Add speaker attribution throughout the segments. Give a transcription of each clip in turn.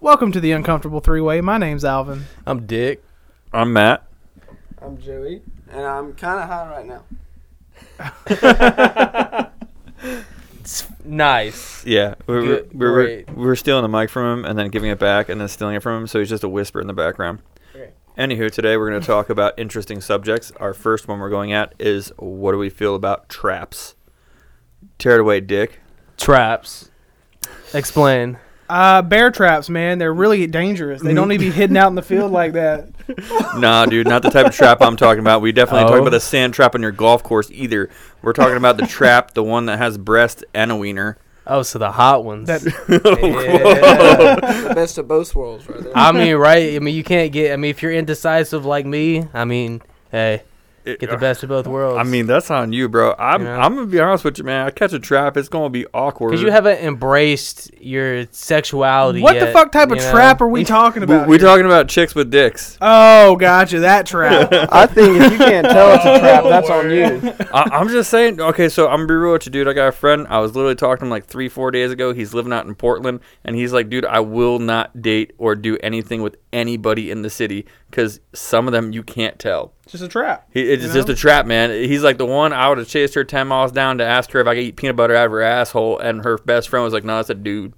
Speaker 1: Welcome to the Uncomfortable Three Way. My name's Alvin.
Speaker 2: I'm Dick.
Speaker 3: I'm Matt.
Speaker 4: I'm Joey, and I'm kind of high right now.
Speaker 2: Nice.
Speaker 3: Yeah, we were,
Speaker 2: Good-
Speaker 3: we, were,
Speaker 2: great.
Speaker 3: we were stealing the mic from him and then giving it back and then stealing it from him, so he's just a whisper in the background.
Speaker 4: Okay.
Speaker 3: Anywho, today we're going to talk about interesting subjects. Our first one we're going at is what do we feel about traps? Tear it away, Dick.
Speaker 2: Traps. Explain.
Speaker 1: Uh, bear traps, man, they're really dangerous. They don't need to be hidden out in the field like that.
Speaker 3: nah, dude, not the type of trap I'm talking about. We definitely ain't
Speaker 2: Oh.
Speaker 3: talking about the sand trap on your golf course either. We're talking about the trap, the one that has breast and a wiener.
Speaker 2: Oh, so the hot ones.
Speaker 1: That
Speaker 4: Yeah. the best of both worlds, right there.
Speaker 2: I mean, right? I mean, you can't get. I mean, if you're indecisive like me, I mean, hey,
Speaker 3: It-
Speaker 2: get the best of both worlds.
Speaker 3: I mean, that's on you, bro. I'm,
Speaker 2: Yeah.
Speaker 3: I'm gonna be honest with you, man. I catch a trap, it's gonna be awkward.
Speaker 2: because you haven't embraced your sexuality.
Speaker 1: what the
Speaker 2: yet,
Speaker 1: fuck type
Speaker 2: you
Speaker 1: of
Speaker 2: know?
Speaker 1: trap are we talking
Speaker 3: We-
Speaker 1: about?
Speaker 3: We're
Speaker 1: here?
Speaker 3: talking about chicks with dicks.
Speaker 1: Oh, gotcha, that trap.
Speaker 4: I think if you can't tell it's a trap, that's on you.
Speaker 3: I, I'm just saying. Okay, so I'm gonna be real with you, dude. I got a friend. I was literally talking to him like three, four days ago. He's living out in Portland, and he's like, dude, I will not date or do anything with anybody in the city because some of them you can't tell.
Speaker 1: just a trap.
Speaker 3: He, it's
Speaker 1: You
Speaker 3: just
Speaker 1: know?
Speaker 3: a trap, man. He's like the one I would have chased her ten miles down to ask her if I could eat peanut butter out of her asshole, and her best friend was like, no, that's a dude.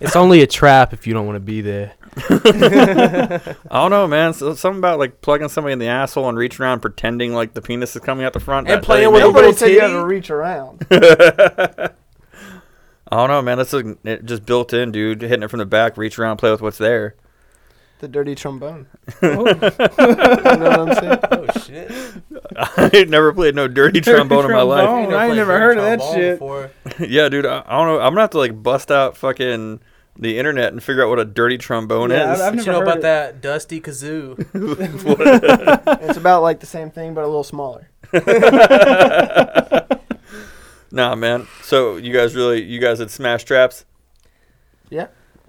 Speaker 2: It's only a trap if you don't want to be there.
Speaker 3: I don't know, man. So, something about like plugging somebody in the asshole and reaching around pretending like the penis is coming out the front
Speaker 2: And
Speaker 3: that-
Speaker 2: playing
Speaker 3: that
Speaker 2: with
Speaker 3: ain't
Speaker 2: a
Speaker 3: me.
Speaker 4: Nobody
Speaker 2: little
Speaker 4: said you had to
Speaker 2: titty?
Speaker 4: reach around.
Speaker 3: I don't know, man. That's like, it just built in, dude. Hitting it from the back, reach around, play with what's there.
Speaker 4: The dirty trombone.
Speaker 1: Oh,
Speaker 4: You know what I'm saying?
Speaker 2: Oh shit!
Speaker 3: I ain't never played no dirty
Speaker 1: Dirty
Speaker 3: trombone in my life.
Speaker 1: trombone. I ain't never heard of that shit.
Speaker 3: yeah, dude. I, I don't know. I'm gonna have to like bust out fucking the internet and figure out what a dirty trombone
Speaker 1: Yeah, I've- I've
Speaker 3: is.
Speaker 2: But
Speaker 1: never
Speaker 2: you know
Speaker 1: heard
Speaker 2: about
Speaker 1: it.
Speaker 2: that dusty kazoo?
Speaker 4: It's about like the same thing, but a little smaller.
Speaker 3: nah, man. So you guys really, you guys had smash traps.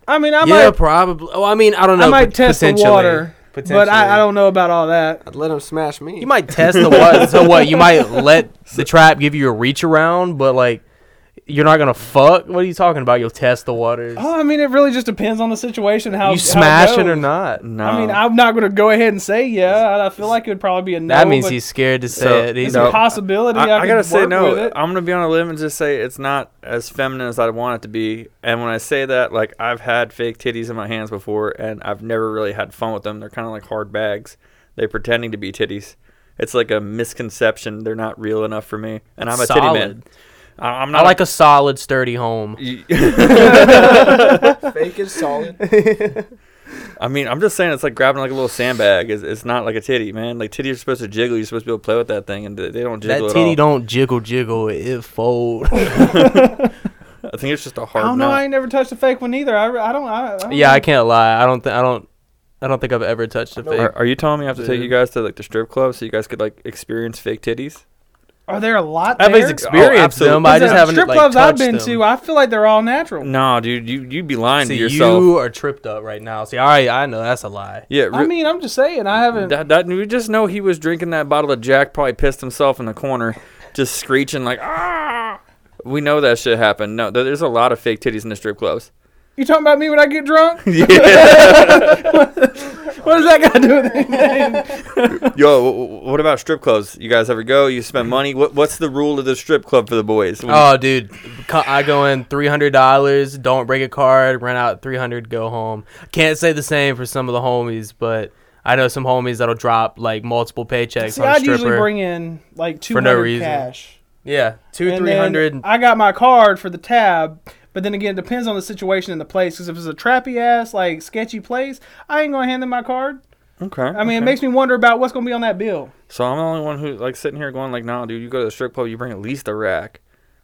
Speaker 1: I mean, I
Speaker 2: yeah,
Speaker 1: might,
Speaker 2: probably. Oh, I mean, I don't know.
Speaker 1: I might
Speaker 2: pot-
Speaker 1: test the
Speaker 2: potentially.
Speaker 1: water, but
Speaker 2: Potentially.
Speaker 1: I, I don't know about all that.
Speaker 4: I'd let him smash me.
Speaker 2: You might test the what? so what? You might let the trap give you a reach around, but like you're not gonna fuck. What are you talking about? You'll test the waters.
Speaker 1: Oh, I mean, it really just depends on the situation. How
Speaker 2: you
Speaker 1: how it
Speaker 2: smashing
Speaker 1: goes.
Speaker 2: or not?
Speaker 3: No.
Speaker 1: I mean, I'm not going to go ahead and say yeah. I- I feel like it would probably be a no.
Speaker 2: that means
Speaker 1: but
Speaker 2: he's scared to say
Speaker 3: So-
Speaker 2: it. He's
Speaker 1: It's
Speaker 3: No.
Speaker 1: a possibility.
Speaker 3: I,
Speaker 1: I,
Speaker 3: I
Speaker 1: could
Speaker 3: gotta say
Speaker 1: work with
Speaker 3: no.
Speaker 1: it.
Speaker 3: I'm gonna be on a limb and just say it's not as feminine as I want it to be. And when I say that, like I've had fake titties in my hands before, and I've never really had fun with them. They're kind of like hard bags. They're pretending to be titties. It's like a misconception. They're not real enough for me, and I'm a titty man.
Speaker 2: Solid.
Speaker 3: I- I'm
Speaker 2: I
Speaker 3: not
Speaker 2: like a solid, sturdy home.
Speaker 4: Fake is solid.
Speaker 3: I mean, I'm just saying it's like grabbing like a little sandbag. It's, it's not like a titty, man. Like titties are supposed to jiggle. You're supposed to be able to play with that thing, and they they don't jiggle
Speaker 2: That
Speaker 3: at all.
Speaker 2: titty don't jiggle, jiggle. It fold.
Speaker 3: I think it's just a
Speaker 1: I
Speaker 3: hard.
Speaker 1: don't know.
Speaker 3: nut.
Speaker 1: I ain't never touched a fake one either. I, re- I don't. I, I don't
Speaker 2: yeah,
Speaker 1: know.
Speaker 2: I can't lie. I don't. Th- I don't. I don't think I've ever touched a fake.
Speaker 3: Are, are you telling me I have to take
Speaker 2: Dude.
Speaker 3: you guys to like the strip club so you guys could like experience fake titties?
Speaker 1: Are there a lot?
Speaker 2: I've
Speaker 1: there?
Speaker 3: ex-
Speaker 2: experienced
Speaker 3: absolutely.
Speaker 2: them. I
Speaker 1: Because
Speaker 2: just
Speaker 1: the
Speaker 2: haven't
Speaker 1: strip
Speaker 2: like,
Speaker 1: clubs I've
Speaker 2: touched
Speaker 1: been
Speaker 2: them. Mm,
Speaker 1: to. I feel like they're all natural.
Speaker 3: No, dude, you you be lying
Speaker 2: See,
Speaker 3: to yourself.
Speaker 2: you are tripped up right now. See, all right, I know that's a lie.
Speaker 3: yeah,
Speaker 1: I
Speaker 3: re-
Speaker 1: mean, I'm just saying. I haven't.
Speaker 3: that, that we just know he was drinking that bottle of Jack, probably pissed himself in the corner, just screeching like ah. We know that shit happened. No, there- there's a lot of fake titties in the strip clubs.
Speaker 1: You talking about me when I get drunk?
Speaker 3: yeah.
Speaker 1: What does that got to do with anything?
Speaker 3: Yo, wh- wh- what about strip clubs? You guys ever go? You spend money. What What's the rule of the strip club for the boys?
Speaker 1: Uh,
Speaker 2: Oh, dude, co- I go in three hundred dollars. Don't break a card. Rent out three hundred. Go home. Can't say the same for some of the homies, but I know some homies that'll drop like multiple paychecks
Speaker 1: See,
Speaker 2: on a
Speaker 1: I'd
Speaker 2: stripper.
Speaker 1: usually bring in like two
Speaker 2: For no
Speaker 1: hundred
Speaker 2: reason.
Speaker 1: cash.
Speaker 2: yeah, two
Speaker 1: And
Speaker 2: three
Speaker 1: then
Speaker 2: hundred.
Speaker 1: I got my card for the tab, but then again, it depends on the situation and the place. Because if it's a trappy ass, like sketchy place, I ain't gonna hand them my card.
Speaker 3: okay.
Speaker 1: I mean, it makes me wonder about what's gonna be on that bill.
Speaker 3: So I'm the only one who like sitting here going like, nah, dude, you go to the strip club, you bring at least a rack.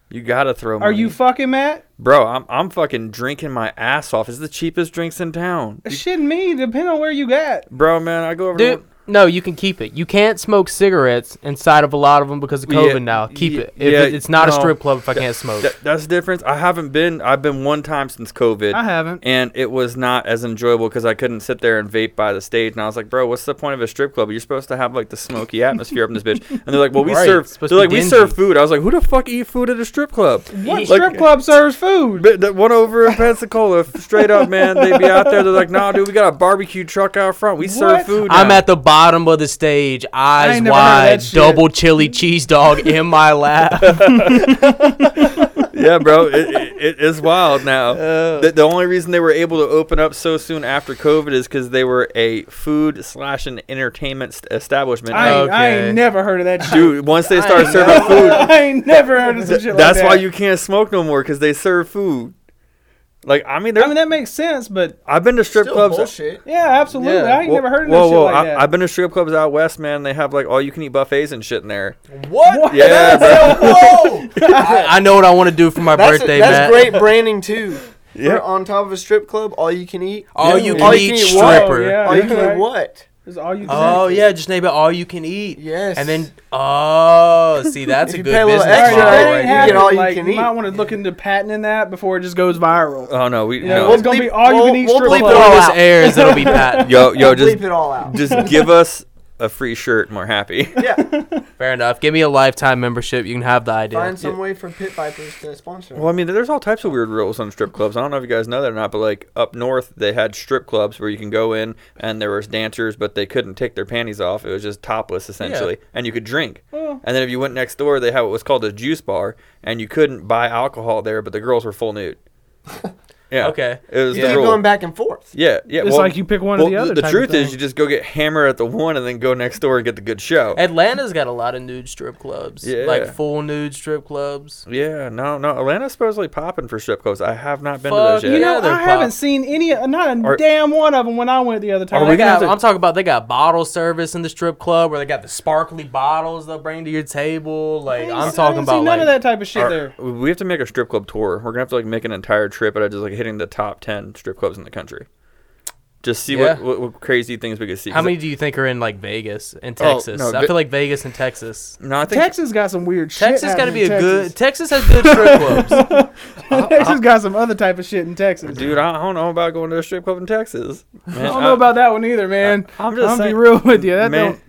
Speaker 3: You gotta throw.
Speaker 1: Are
Speaker 3: money.
Speaker 1: you fucking Matt?
Speaker 3: bro? I'm I'm fucking drinking my ass off. It's the cheapest drinks in town,
Speaker 1: Shit, me. Depending on where you at.
Speaker 3: bro, man. I go over.
Speaker 2: Dude,
Speaker 3: to,
Speaker 2: No, you can keep it. You can't smoke cigarettes inside of a lot of them because of
Speaker 3: Yeah,
Speaker 2: COVID now. Keep
Speaker 3: yeah,
Speaker 2: it. If
Speaker 3: yeah,
Speaker 2: it- It's not a
Speaker 3: no.
Speaker 2: strip club if I can't smoke.
Speaker 3: Th- that's the difference. I haven't been. I've been one time since COVID.
Speaker 1: I haven't.
Speaker 3: and it was not as enjoyable because I couldn't sit there and vape by the stage. And I was like, bro, what's the point of a strip club? You're supposed to have like the smoky atmosphere up in this bitch. And they're like, well, we
Speaker 2: Right, it's
Speaker 3: serve.
Speaker 2: supposed
Speaker 3: They're
Speaker 2: to
Speaker 3: like,
Speaker 2: be
Speaker 3: we serve
Speaker 2: dingy.
Speaker 3: food. I was like, who the fuck eat food at a strip club?
Speaker 1: What
Speaker 3: Like,
Speaker 1: strip club serves food?
Speaker 3: but The one over in Pensacola, straight up, man. They'd be out there. They're like, nah, dude, we got a barbecue truck out front. We serve
Speaker 1: What?
Speaker 3: food.
Speaker 2: I'm
Speaker 3: now."
Speaker 2: at the bottom of the stage, eyes
Speaker 1: ain't never heard of
Speaker 2: wide,
Speaker 1: that shit.
Speaker 2: double chili cheese dog in my lap.
Speaker 3: yeah, bro. It, it, it is wild now. the, the only reason they were able to open up so soon after COVID is because they were a food slash an entertainment st- establishment.
Speaker 1: I, ain't, I
Speaker 2: Okay.
Speaker 1: ain't never heard of that shit.
Speaker 3: Dude, once they start
Speaker 1: I-
Speaker 3: serving food,
Speaker 1: I ain't never heard of some shit like that.
Speaker 3: that's why you can't smoke no more because they serve food. Like I mean,
Speaker 1: I mean
Speaker 3: there-
Speaker 1: that makes sense, but
Speaker 3: I've been to strip
Speaker 4: Still
Speaker 3: clubs.
Speaker 4: bullshit.
Speaker 1: yeah, absolutely. I ain't
Speaker 3: Whoa-
Speaker 1: never heard of
Speaker 3: whoa,
Speaker 1: that
Speaker 3: whoa!
Speaker 1: shit like
Speaker 3: I,
Speaker 1: that.
Speaker 3: I've been to strip clubs out west, man. They have like all you can eat buffets and shit in there.
Speaker 4: What?
Speaker 1: What?
Speaker 3: Yeah, bro.
Speaker 4: Whoa!
Speaker 2: I know what I want to do for my
Speaker 4: That's,
Speaker 2: birthday,
Speaker 4: that's
Speaker 2: Matt.
Speaker 4: great branding too.
Speaker 3: Yeah.
Speaker 4: We're on top of a strip club, all you can eat.
Speaker 2: All
Speaker 1: Yeah.
Speaker 2: you
Speaker 4: All
Speaker 2: can
Speaker 4: you
Speaker 2: eat
Speaker 4: can eat what?
Speaker 2: stripper.
Speaker 1: Oh, yeah.
Speaker 4: all you can
Speaker 1: right.
Speaker 4: eat what?
Speaker 1: It's all you.
Speaker 2: Oh
Speaker 1: can eat.
Speaker 2: yeah, just name it all you can eat.
Speaker 4: Yes.
Speaker 2: And then oh, see that's
Speaker 4: If
Speaker 2: a
Speaker 4: you
Speaker 2: good
Speaker 4: pay a little
Speaker 2: business
Speaker 1: All right,
Speaker 4: extra,
Speaker 2: model
Speaker 1: that
Speaker 4: right,
Speaker 1: ain't
Speaker 4: you
Speaker 2: right
Speaker 4: get
Speaker 1: happening.
Speaker 4: all you
Speaker 1: Like,
Speaker 4: can
Speaker 1: You might
Speaker 4: eat.
Speaker 1: want to look into patenting that before it just goes viral.
Speaker 3: Oh no, we
Speaker 1: Yeah,
Speaker 3: no.
Speaker 1: it's gonna be all you
Speaker 4: we'll-
Speaker 1: can eat
Speaker 4: we'll
Speaker 1: strip
Speaker 2: here.
Speaker 4: bleep it
Speaker 1: club.
Speaker 2: Before
Speaker 4: all
Speaker 2: this
Speaker 4: out.
Speaker 2: airs, it'll be patent.
Speaker 3: Yo, yo,
Speaker 4: Bleep
Speaker 3: just
Speaker 4: it all out.
Speaker 3: just give us a free shirt and we're happy.
Speaker 4: yeah.
Speaker 2: Fair enough. Give me a lifetime membership. You can have the idea.
Speaker 4: Find some way for Pit Vipers to sponsor.
Speaker 3: Well, I mean, there's all types of weird rules on strip clubs. I don't know if you guys know that or not, but like up north, they had strip clubs where you can go in and there was dancers, but they couldn't take their panties off. It was just topless essentially, and you could drink.
Speaker 1: Oh.
Speaker 3: And then if you went next door, they had what was called a juice bar, and you couldn't buy alcohol there, but the girls were full nude. yeah.
Speaker 2: Okay.
Speaker 3: It was
Speaker 4: You
Speaker 3: the
Speaker 4: keep
Speaker 3: rule.
Speaker 4: going back and forth.
Speaker 3: Yeah, yeah.
Speaker 1: It's like you pick one or the other
Speaker 3: The,
Speaker 1: type of
Speaker 3: truth is,
Speaker 1: thing.
Speaker 3: you just go get hammered at the one, and then go next door and get the good show.
Speaker 2: Atlanta's got a lot of nude strip clubs.
Speaker 3: Yeah.
Speaker 2: Like full nude strip clubs.
Speaker 3: yeah, no, no. Atlanta's supposedly popping for strip clubs. I have not been
Speaker 2: Fuck
Speaker 3: to those
Speaker 1: You
Speaker 3: yet.
Speaker 1: know,
Speaker 2: Yeah, they're
Speaker 1: I haven't
Speaker 2: pop.
Speaker 1: seen any, not a
Speaker 3: Are-
Speaker 1: damn one of them when I went the other time.
Speaker 3: Are
Speaker 2: They
Speaker 3: we gonna
Speaker 2: got,
Speaker 3: have to-
Speaker 2: I'm talking about they got bottle service in the strip club where they got the sparkly bottles they'll bring to your table. Like
Speaker 1: I
Speaker 2: I'm
Speaker 1: ain't
Speaker 2: talking about
Speaker 1: seen none
Speaker 2: like
Speaker 1: of that type of shit
Speaker 3: Our-
Speaker 1: there.
Speaker 3: We have to make a strip club tour. We're gonna have to like make an entire trip out of just like hitting the top ten strip clubs in the country. Just see
Speaker 2: Yeah.
Speaker 3: what, what, what crazy things we could see.
Speaker 2: how
Speaker 3: 'Cause
Speaker 2: many do you think are in like Vegas and
Speaker 3: Oh,
Speaker 2: Texas?
Speaker 3: no,
Speaker 2: I
Speaker 3: Ve-
Speaker 2: feel like Vegas and Texas.
Speaker 3: it- No, I think
Speaker 1: Texas got some weird shit.
Speaker 2: Texas got to
Speaker 1: happening
Speaker 2: be
Speaker 1: in
Speaker 2: a
Speaker 1: Texas.
Speaker 2: good. Texas has good strip clubs.
Speaker 1: Texas got some other type of shit in Texas.
Speaker 3: dude, I I don't know about going to a strip club in Texas. Man,
Speaker 1: I don't know about that one either, man.
Speaker 3: I-
Speaker 1: I'm
Speaker 3: I'm
Speaker 1: just
Speaker 3: just
Speaker 1: I'm gonna be
Speaker 3: saying-
Speaker 1: real with you. That
Speaker 3: man.
Speaker 1: don't.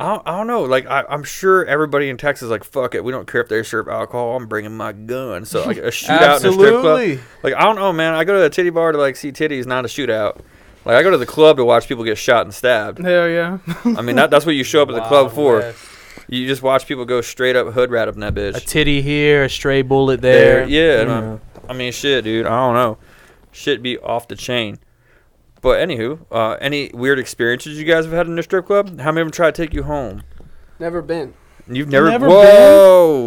Speaker 3: I don't, I don't know. Like I, I'm sure everybody in Texas is like fuck it. We don't care if they serve alcohol. I'm bringing my gun. So like a shootout in a strip club.
Speaker 2: Absolutely.
Speaker 3: Like I don't know, man. I go to a titty bar to like see titties, not a shootout. Like I go to the club to watch people get shot and stabbed.
Speaker 1: Hell yeah.
Speaker 3: I mean that, that's what you show up at the club
Speaker 2: Wild
Speaker 3: for.
Speaker 2: West.
Speaker 3: You just watch people go straight up hood rat up in that bitch.
Speaker 2: A titty here, a stray bullet there.
Speaker 3: there, yeah. and, uh, I mean, shit, dude. I don't know. Shit be off the chain. But anywho, uh, any weird experiences you guys have had in the strip club? How many of them try to take you home?
Speaker 4: Never been.
Speaker 3: You've never.
Speaker 1: Never
Speaker 3: whoa,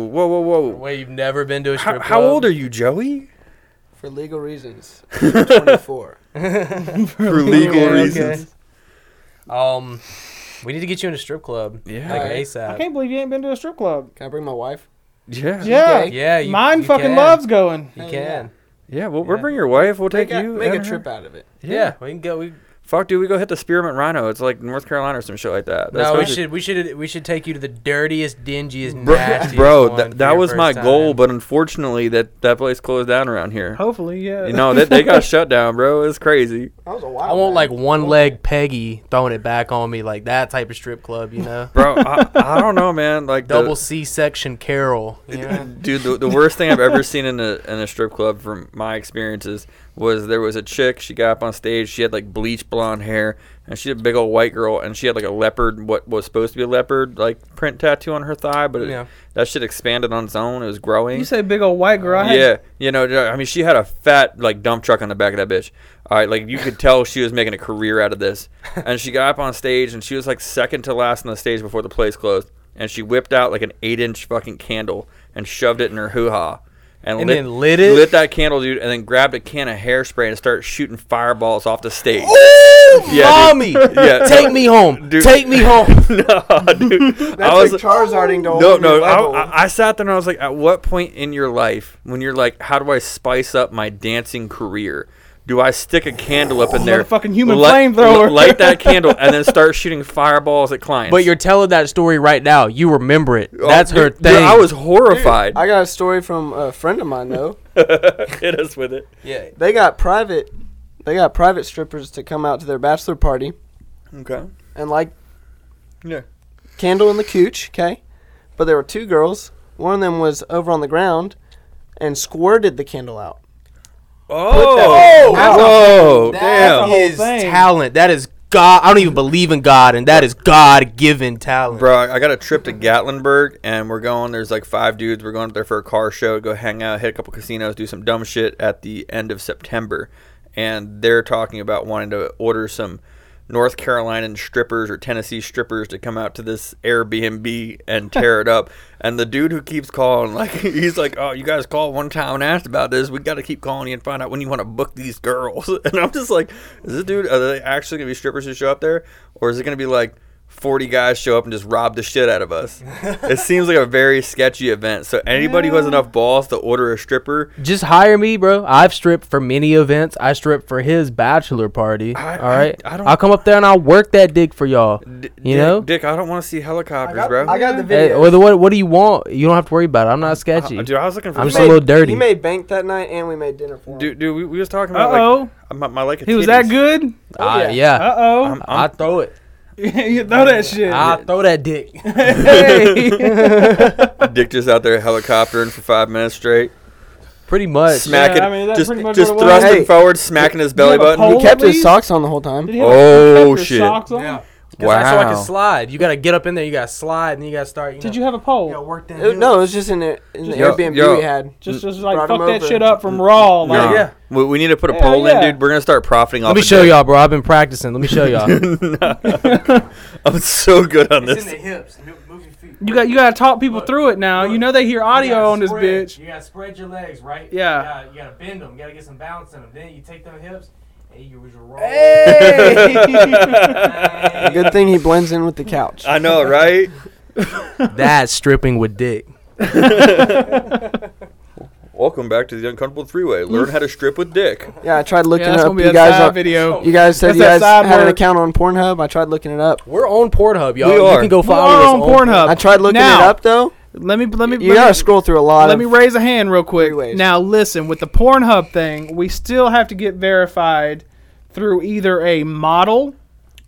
Speaker 1: been?
Speaker 3: whoa, whoa, whoa,
Speaker 2: Wait, you've never been to a
Speaker 3: How,
Speaker 2: strip
Speaker 3: how
Speaker 2: club?
Speaker 3: old are you, Joey?
Speaker 4: For legal reasons. 24.
Speaker 3: For legal
Speaker 1: okay.
Speaker 3: reasons.
Speaker 2: Um, we need to get you in a strip club.
Speaker 3: Yeah.
Speaker 2: Like
Speaker 4: Alright.
Speaker 1: I
Speaker 2: ASAP.
Speaker 1: can't believe you ain't been to a strip club.
Speaker 4: Can I bring my wife?
Speaker 3: Yeah. yeah.
Speaker 1: Yeah.
Speaker 4: gay?
Speaker 2: Yeah. You,
Speaker 1: Mine
Speaker 2: you
Speaker 1: fucking
Speaker 2: can.
Speaker 1: loves going.
Speaker 2: You
Speaker 4: Hell
Speaker 2: can.
Speaker 3: Well, we'll
Speaker 2: Yeah.
Speaker 3: bring your wife. We'll
Speaker 4: Make,
Speaker 3: take
Speaker 4: a,
Speaker 3: you.
Speaker 4: make a
Speaker 3: and her.
Speaker 4: trip out of it.
Speaker 2: Yeah. we can go. We,
Speaker 3: Fuck, dude. We go hit the Spearmint Rhino. It's like North Carolina or some shit like that. That's
Speaker 2: no, we
Speaker 3: supposed to-
Speaker 2: should. We should. We should take you to the dirtiest, dingiest,
Speaker 3: Bro,
Speaker 2: nastiest.
Speaker 3: bro
Speaker 2: one
Speaker 3: that,
Speaker 2: for
Speaker 3: that
Speaker 2: your
Speaker 3: was
Speaker 2: first
Speaker 3: my
Speaker 2: time.
Speaker 3: goal, but unfortunately, that that place closed down around here.
Speaker 1: Hopefully, yeah.
Speaker 3: You know, they, they got shut down, bro. It's crazy.
Speaker 4: That was a while
Speaker 2: I want
Speaker 4: back.
Speaker 2: like one leg Peggy throwing it back on me, like that type of strip club, you know.
Speaker 3: Bro, I, I don't know, man. Like the-
Speaker 2: Double C section Carol. You know?
Speaker 3: dude, the, the worst thing I've ever seen in a in a strip club from my experiences was there was a chick, she got up on stage, she had like bleach blonde hair, and she's a big old white girl and she had like a leopard what was supposed to be a leopard like print tattoo on her thigh, but it-
Speaker 2: Yeah.
Speaker 3: that shit expanded on its own. It was growing.
Speaker 1: You say big old white girl. I had-
Speaker 3: Yeah, you know, I mean, she had a fat like dump truck on the back of that bitch. All right, like you could tell she was making a career out of this. And she got up on stage, and she was like second to last on the stage before the place closed. And she whipped out like an eight-inch fucking candle and shoved it in her hoo ha,
Speaker 2: And then lit it?
Speaker 3: lit that candle, dude, and then grabbed a can of hairspray and started shooting fireballs off the stage.
Speaker 2: Ooh,
Speaker 3: Yeah, dude.
Speaker 2: mommy,
Speaker 3: Yeah.
Speaker 2: take me home.
Speaker 3: Dude.
Speaker 2: Take me home.
Speaker 3: no, dude,
Speaker 4: That's like Charizarding to a
Speaker 3: No,
Speaker 4: whole new
Speaker 3: no. I,
Speaker 4: level.
Speaker 3: I- I sat there and I was like, at what point in your life when you're like, how do I spice up my dancing career? do I stick a candle up in there?
Speaker 1: Motherfucking human
Speaker 3: light-
Speaker 1: flamethrower.
Speaker 3: li- Light that candle and then start shooting fireballs at clients.
Speaker 2: But you're telling that story right now. You remember it.
Speaker 3: Oh,
Speaker 2: That's her
Speaker 3: dude, dude,
Speaker 2: thing.
Speaker 3: I was horrified.
Speaker 4: I got a story from a friend of mine though.
Speaker 3: Hit us with it.
Speaker 2: yeah.
Speaker 4: They got private, they got private strippers to come out to their bachelor party
Speaker 3: Okay.
Speaker 4: and like
Speaker 3: Yeah.
Speaker 4: candle in the cooch, okay? But there were two girls. One of them was over on the ground and squirted the candle out.
Speaker 3: Oh,
Speaker 4: That's a-
Speaker 3: whoa,
Speaker 4: that's
Speaker 1: The
Speaker 3: damn,
Speaker 1: whole
Speaker 2: His
Speaker 1: thing.
Speaker 2: talent. That is God. I don't even believe in God, and that is God given talent.
Speaker 3: bro! I got a trip to Gatlinburg, and we're going. There's like five dudes. We're going up there for a car show, go hang out, hit a couple casinos, do some dumb shit at the end of September, and they're talking about wanting to order some North Carolina strippers or Tennessee strippers to come out to this Airbnb and tear it up. And the dude who keeps calling, like he's like, "Oh, you guys called one time and asked about this. We got to keep calling you and find out when you want to book these girls." And I'm just like, "Is this dude? Are they actually gonna be strippers who show up there, or is it gonna be like?" 40 guys show up and just rob the shit out of us. it seems like a very sketchy event. So anybody who has enough balls to order a stripper,
Speaker 2: Just hire me, bro. I've stripped for many events. I stripped for his bachelor party.
Speaker 3: I-
Speaker 2: all right,
Speaker 3: I-
Speaker 2: I,
Speaker 3: I don't-
Speaker 2: will come up there and I'll work that dick for y'all.
Speaker 3: d-
Speaker 2: you
Speaker 3: Dick-
Speaker 2: know,
Speaker 3: Dick, I don't want to see helicopters,
Speaker 4: I got-
Speaker 3: bro.
Speaker 4: I got the
Speaker 2: Hey,
Speaker 4: video.
Speaker 2: or the what? What do you want? You don't have to worry about it. I'm not
Speaker 3: Uh,
Speaker 2: sketchy.
Speaker 3: dude, I was looking for
Speaker 2: I'm
Speaker 4: He
Speaker 2: just a
Speaker 4: made-
Speaker 2: little dirty.
Speaker 4: He made bank that night, and we made dinner for him.
Speaker 3: Dude, dude, we, we was talking
Speaker 1: Uh
Speaker 3: about
Speaker 1: oh.
Speaker 3: like my, my like.
Speaker 1: He was that good?
Speaker 4: Oh,
Speaker 2: Ah,
Speaker 4: yeah.
Speaker 2: yeah,
Speaker 1: Uh oh.
Speaker 3: I'm,
Speaker 2: I
Speaker 3: I'm,
Speaker 2: throw it.
Speaker 1: you know that shit.
Speaker 2: I throw that dick.
Speaker 3: Dick just out there helicoptering for five minutes straight,
Speaker 2: Pretty much.
Speaker 3: smacking,
Speaker 1: I mean, that's
Speaker 3: just
Speaker 1: pretty much
Speaker 3: just
Speaker 1: what it was.
Speaker 3: thrusting
Speaker 4: Hey,
Speaker 3: forward, smacking his belly
Speaker 1: have a
Speaker 3: button.
Speaker 1: pole?
Speaker 4: he kept
Speaker 1: Please?
Speaker 4: his socks on the whole time.
Speaker 1: Did he have
Speaker 3: Oh,
Speaker 1: your
Speaker 3: shit.
Speaker 1: Socks on?
Speaker 2: Yeah. 'Cause That's how I
Speaker 3: Wow.
Speaker 2: can slide. You gotta get up in there. You gotta slide, and you gotta start. You know,
Speaker 1: Did you have a pole?
Speaker 2: gotta work that.
Speaker 4: It- no, it was just in the, in the
Speaker 3: Yo,
Speaker 4: Airbnb
Speaker 3: yo.
Speaker 4: we had.
Speaker 1: Just, just like
Speaker 4: Brought
Speaker 1: fuck
Speaker 4: him
Speaker 1: that
Speaker 4: over.
Speaker 1: shit up from Raw. Like,
Speaker 3: Nah.
Speaker 2: Yeah.
Speaker 3: We, we need to put a
Speaker 1: Hell
Speaker 3: poll in,
Speaker 1: yeah.
Speaker 3: dude. We're gonna start profiting off.
Speaker 2: Let me
Speaker 3: of
Speaker 2: show
Speaker 3: Dick.
Speaker 2: y'all, bro. I've been practicing. Let me show y'all.
Speaker 3: I'm so good on this.
Speaker 2: hips. Move your feet.
Speaker 1: You got you gotta talk people through it now. You know they hear audio on this bitch.
Speaker 2: You gotta spread your legs, right?
Speaker 1: Yeah.
Speaker 2: You gotta, you gotta bend them. You gotta get some balance in them. Then you take them hips and you just roll.
Speaker 4: Good thing he blends in with the couch.
Speaker 3: I know, right?
Speaker 2: That's stripping with dick.
Speaker 3: Welcome back to the Uncomfortable Three Way. Learn how to strip with Dick.
Speaker 4: Yeah, I tried looking
Speaker 1: yeah, that's
Speaker 4: up.
Speaker 1: gonna be
Speaker 4: You
Speaker 1: a side
Speaker 4: guys, are,
Speaker 1: video.
Speaker 4: you guys said
Speaker 1: That's
Speaker 4: you
Speaker 1: that
Speaker 4: guys
Speaker 1: side
Speaker 4: had an
Speaker 1: work.
Speaker 4: account on Pornhub. I tried looking it up.
Speaker 2: We're on Pornhub, y'all.
Speaker 3: We
Speaker 2: you
Speaker 3: are.
Speaker 2: can go
Speaker 1: We
Speaker 2: follow
Speaker 1: are
Speaker 2: us
Speaker 1: on Pornhub.
Speaker 4: I tried looking
Speaker 1: Uh, now,
Speaker 4: it up though.
Speaker 1: Let me let me
Speaker 4: You
Speaker 1: let
Speaker 4: gotta
Speaker 1: me,
Speaker 4: scroll through a lot
Speaker 1: let
Speaker 4: of.
Speaker 1: me raise a hand real quick.
Speaker 4: freeways.
Speaker 1: Now listen, with the Pornhub thing, we still have to get verified through either a model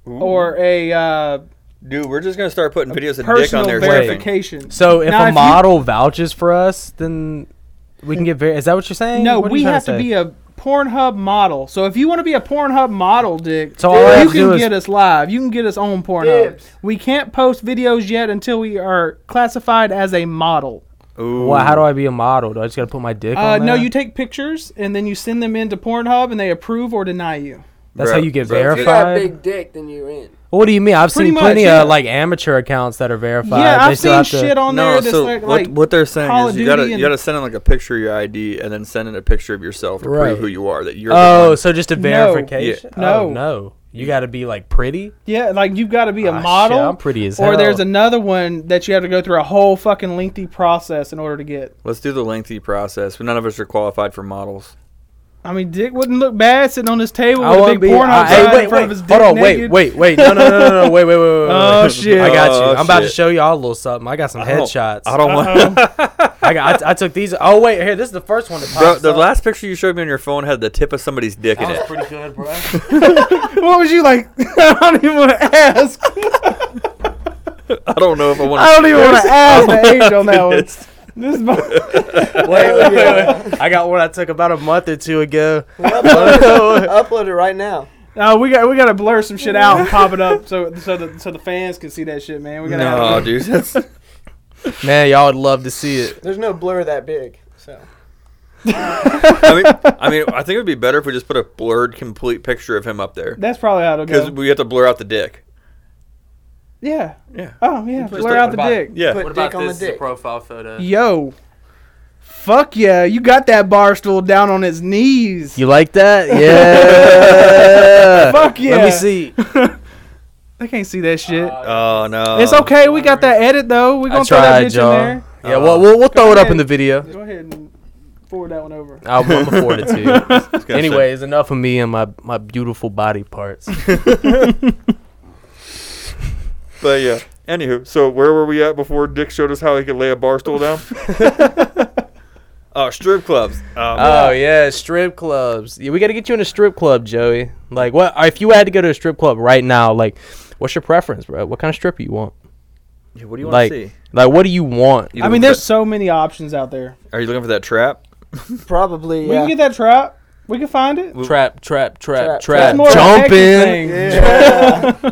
Speaker 1: or a uh,
Speaker 3: Dude, we're just gonna start putting videos of Dick
Speaker 1: personal
Speaker 3: on there. stripping.
Speaker 1: verification.
Speaker 2: So if
Speaker 1: Now,
Speaker 2: a
Speaker 1: you-
Speaker 2: model vouches for us, then we can get very. Is that what you're saying?
Speaker 1: no,
Speaker 2: What are
Speaker 1: we
Speaker 2: you
Speaker 1: have to be a Pornhub model. So if you want to be a Pornhub model, Dick,
Speaker 2: So all I have
Speaker 1: you
Speaker 2: to do
Speaker 1: can
Speaker 2: is-
Speaker 1: get us live. You can get us on Pornhub.
Speaker 4: Dibs.
Speaker 1: We can't post videos yet until we are classified as a model.
Speaker 3: Ooh.
Speaker 2: Well, how do I be a model? Do I just gotta put my dick
Speaker 1: Uh,
Speaker 2: on there?
Speaker 1: no, you take pictures and then you send them into Pornhub and they approve or deny you.
Speaker 2: That's
Speaker 3: Bro,
Speaker 2: how you get
Speaker 3: bro.
Speaker 4: If you got a
Speaker 2: verified.
Speaker 4: big dick, then you're in.
Speaker 2: what do you mean? I've
Speaker 1: Pretty
Speaker 2: seen
Speaker 1: much,
Speaker 2: plenty
Speaker 1: yeah.
Speaker 2: of like amateur accounts that are verified.
Speaker 1: yeah,
Speaker 2: They
Speaker 1: I've
Speaker 2: still
Speaker 1: seen
Speaker 2: have to-
Speaker 1: shit on
Speaker 3: No,
Speaker 1: there that's
Speaker 3: so
Speaker 1: like,
Speaker 3: what,
Speaker 1: like
Speaker 3: what they're saying
Speaker 1: Call
Speaker 3: is
Speaker 1: of
Speaker 3: you gotta
Speaker 1: Duty
Speaker 3: you
Speaker 1: and-
Speaker 3: gotta send in like a picture of your ID and then send in a picture of yourself to
Speaker 2: Right.
Speaker 3: prove who you are that you're. the
Speaker 2: Oh,
Speaker 3: one.
Speaker 2: so just a verification?
Speaker 1: No.
Speaker 2: Oh, no. You got to be like pretty.
Speaker 1: yeah, like you've got to be a
Speaker 2: Ah, shit,
Speaker 1: model.
Speaker 2: I'm pretty as
Speaker 1: or
Speaker 2: hell.
Speaker 1: there's another one that you have to go through a whole fucking lengthy process in order to get.
Speaker 3: let's do the lengthy process. None of us are qualified for models.
Speaker 1: I mean, Dick wouldn't look bad sitting on this table
Speaker 2: I
Speaker 1: with a
Speaker 2: won't
Speaker 1: big
Speaker 2: be.
Speaker 1: Pornhub
Speaker 2: I,
Speaker 1: sign
Speaker 2: hey, wait,
Speaker 1: in front
Speaker 2: wait.
Speaker 1: of his dick
Speaker 2: Hold on.
Speaker 1: naked.
Speaker 2: Wait, wait, wait. No, no, no, no, no. Wait, wait, wait, wait. wait.
Speaker 1: Oh, shit.
Speaker 2: I got you.
Speaker 3: Oh,
Speaker 2: I'm about to
Speaker 3: shit.
Speaker 2: show y'all a little something. I got some
Speaker 3: don't-
Speaker 2: headshots.
Speaker 3: Oh, I don't want.
Speaker 2: I got. I, I took these. Oh wait, here. This is the first one that
Speaker 3: Bro,
Speaker 2: pops
Speaker 3: the
Speaker 2: up.
Speaker 3: last picture you showed me on your phone had the tip of somebody's dick in
Speaker 2: That
Speaker 3: it.
Speaker 2: was pretty good, bro.
Speaker 1: What was you like? I don't even want to ask.
Speaker 3: I don't know if I
Speaker 1: I
Speaker 3: want.
Speaker 1: don't even want to ask the age on that one. This is my,
Speaker 2: wait, wait, wait, wait. I got one I took about a month or two ago.
Speaker 4: Upload it, upload it right now.
Speaker 1: no, we got we got to blur some shit out and pop it up so so the so the fans can see that shit, man. We
Speaker 3: to.
Speaker 1: got to have
Speaker 3: No, dude. That's,
Speaker 2: Man, y'all would love to see it.
Speaker 4: There's no blur that big. So
Speaker 3: I mean, I mean, I think it would be better if we just put a blurred, complete picture of him up there
Speaker 1: That's probably how it'll
Speaker 3: because
Speaker 1: go.
Speaker 3: we have to blur out the dick.
Speaker 1: Yeah.
Speaker 3: Yeah.
Speaker 1: Oh yeah.
Speaker 3: Just
Speaker 1: Blur
Speaker 3: like-
Speaker 1: out the
Speaker 2: about-
Speaker 1: dick.
Speaker 3: Yeah.
Speaker 4: put dick on the dick.
Speaker 2: profile photo?
Speaker 1: Yo. Fuck yeah. You got that bar stool down on his knees.
Speaker 2: You like that? Yeah.
Speaker 1: Fuck
Speaker 2: Let
Speaker 1: yeah.
Speaker 2: me see.
Speaker 1: They can't see that shit.
Speaker 3: Oh no.
Speaker 1: it's okay. We got that edit though. We're
Speaker 2: Uh, I
Speaker 1: gonna throw that
Speaker 2: tried,
Speaker 1: bitch in
Speaker 2: y'all.
Speaker 1: there.
Speaker 2: Yeah, well, we'll, we'll
Speaker 1: Go
Speaker 2: throw it up
Speaker 1: ahead.
Speaker 2: in the video.
Speaker 1: Go ahead and Forward that one over.
Speaker 2: I'm, I'm afforded to.
Speaker 5: Just gotta
Speaker 2: Anyways, enough of me and my, my beautiful body parts.
Speaker 3: But yeah. Anywho, so where were we at before Dick showed us how he could lay a bar stool down? oh, strip clubs. Um,
Speaker 2: Oh yeah, strip clubs. Yeah, we got to get you in a strip club, Joey. Like, what if you had to go to a strip club right now? Like, what's your preference, bro? What kind of stripper you want?
Speaker 3: yeah, what do you want
Speaker 2: Like,
Speaker 3: to see?
Speaker 2: like, what do you want?
Speaker 3: You
Speaker 1: I mean,
Speaker 3: looking
Speaker 1: there's so many options out there.
Speaker 3: for that- are you looking for that trap?
Speaker 4: Probably. uh,
Speaker 1: We
Speaker 4: yeah.
Speaker 1: can get that trap. We can find it.
Speaker 2: Trap, trap, trap,
Speaker 4: Trap,
Speaker 2: trap.
Speaker 1: That's more of a Texas
Speaker 2: Jumping.
Speaker 1: thing.
Speaker 3: I,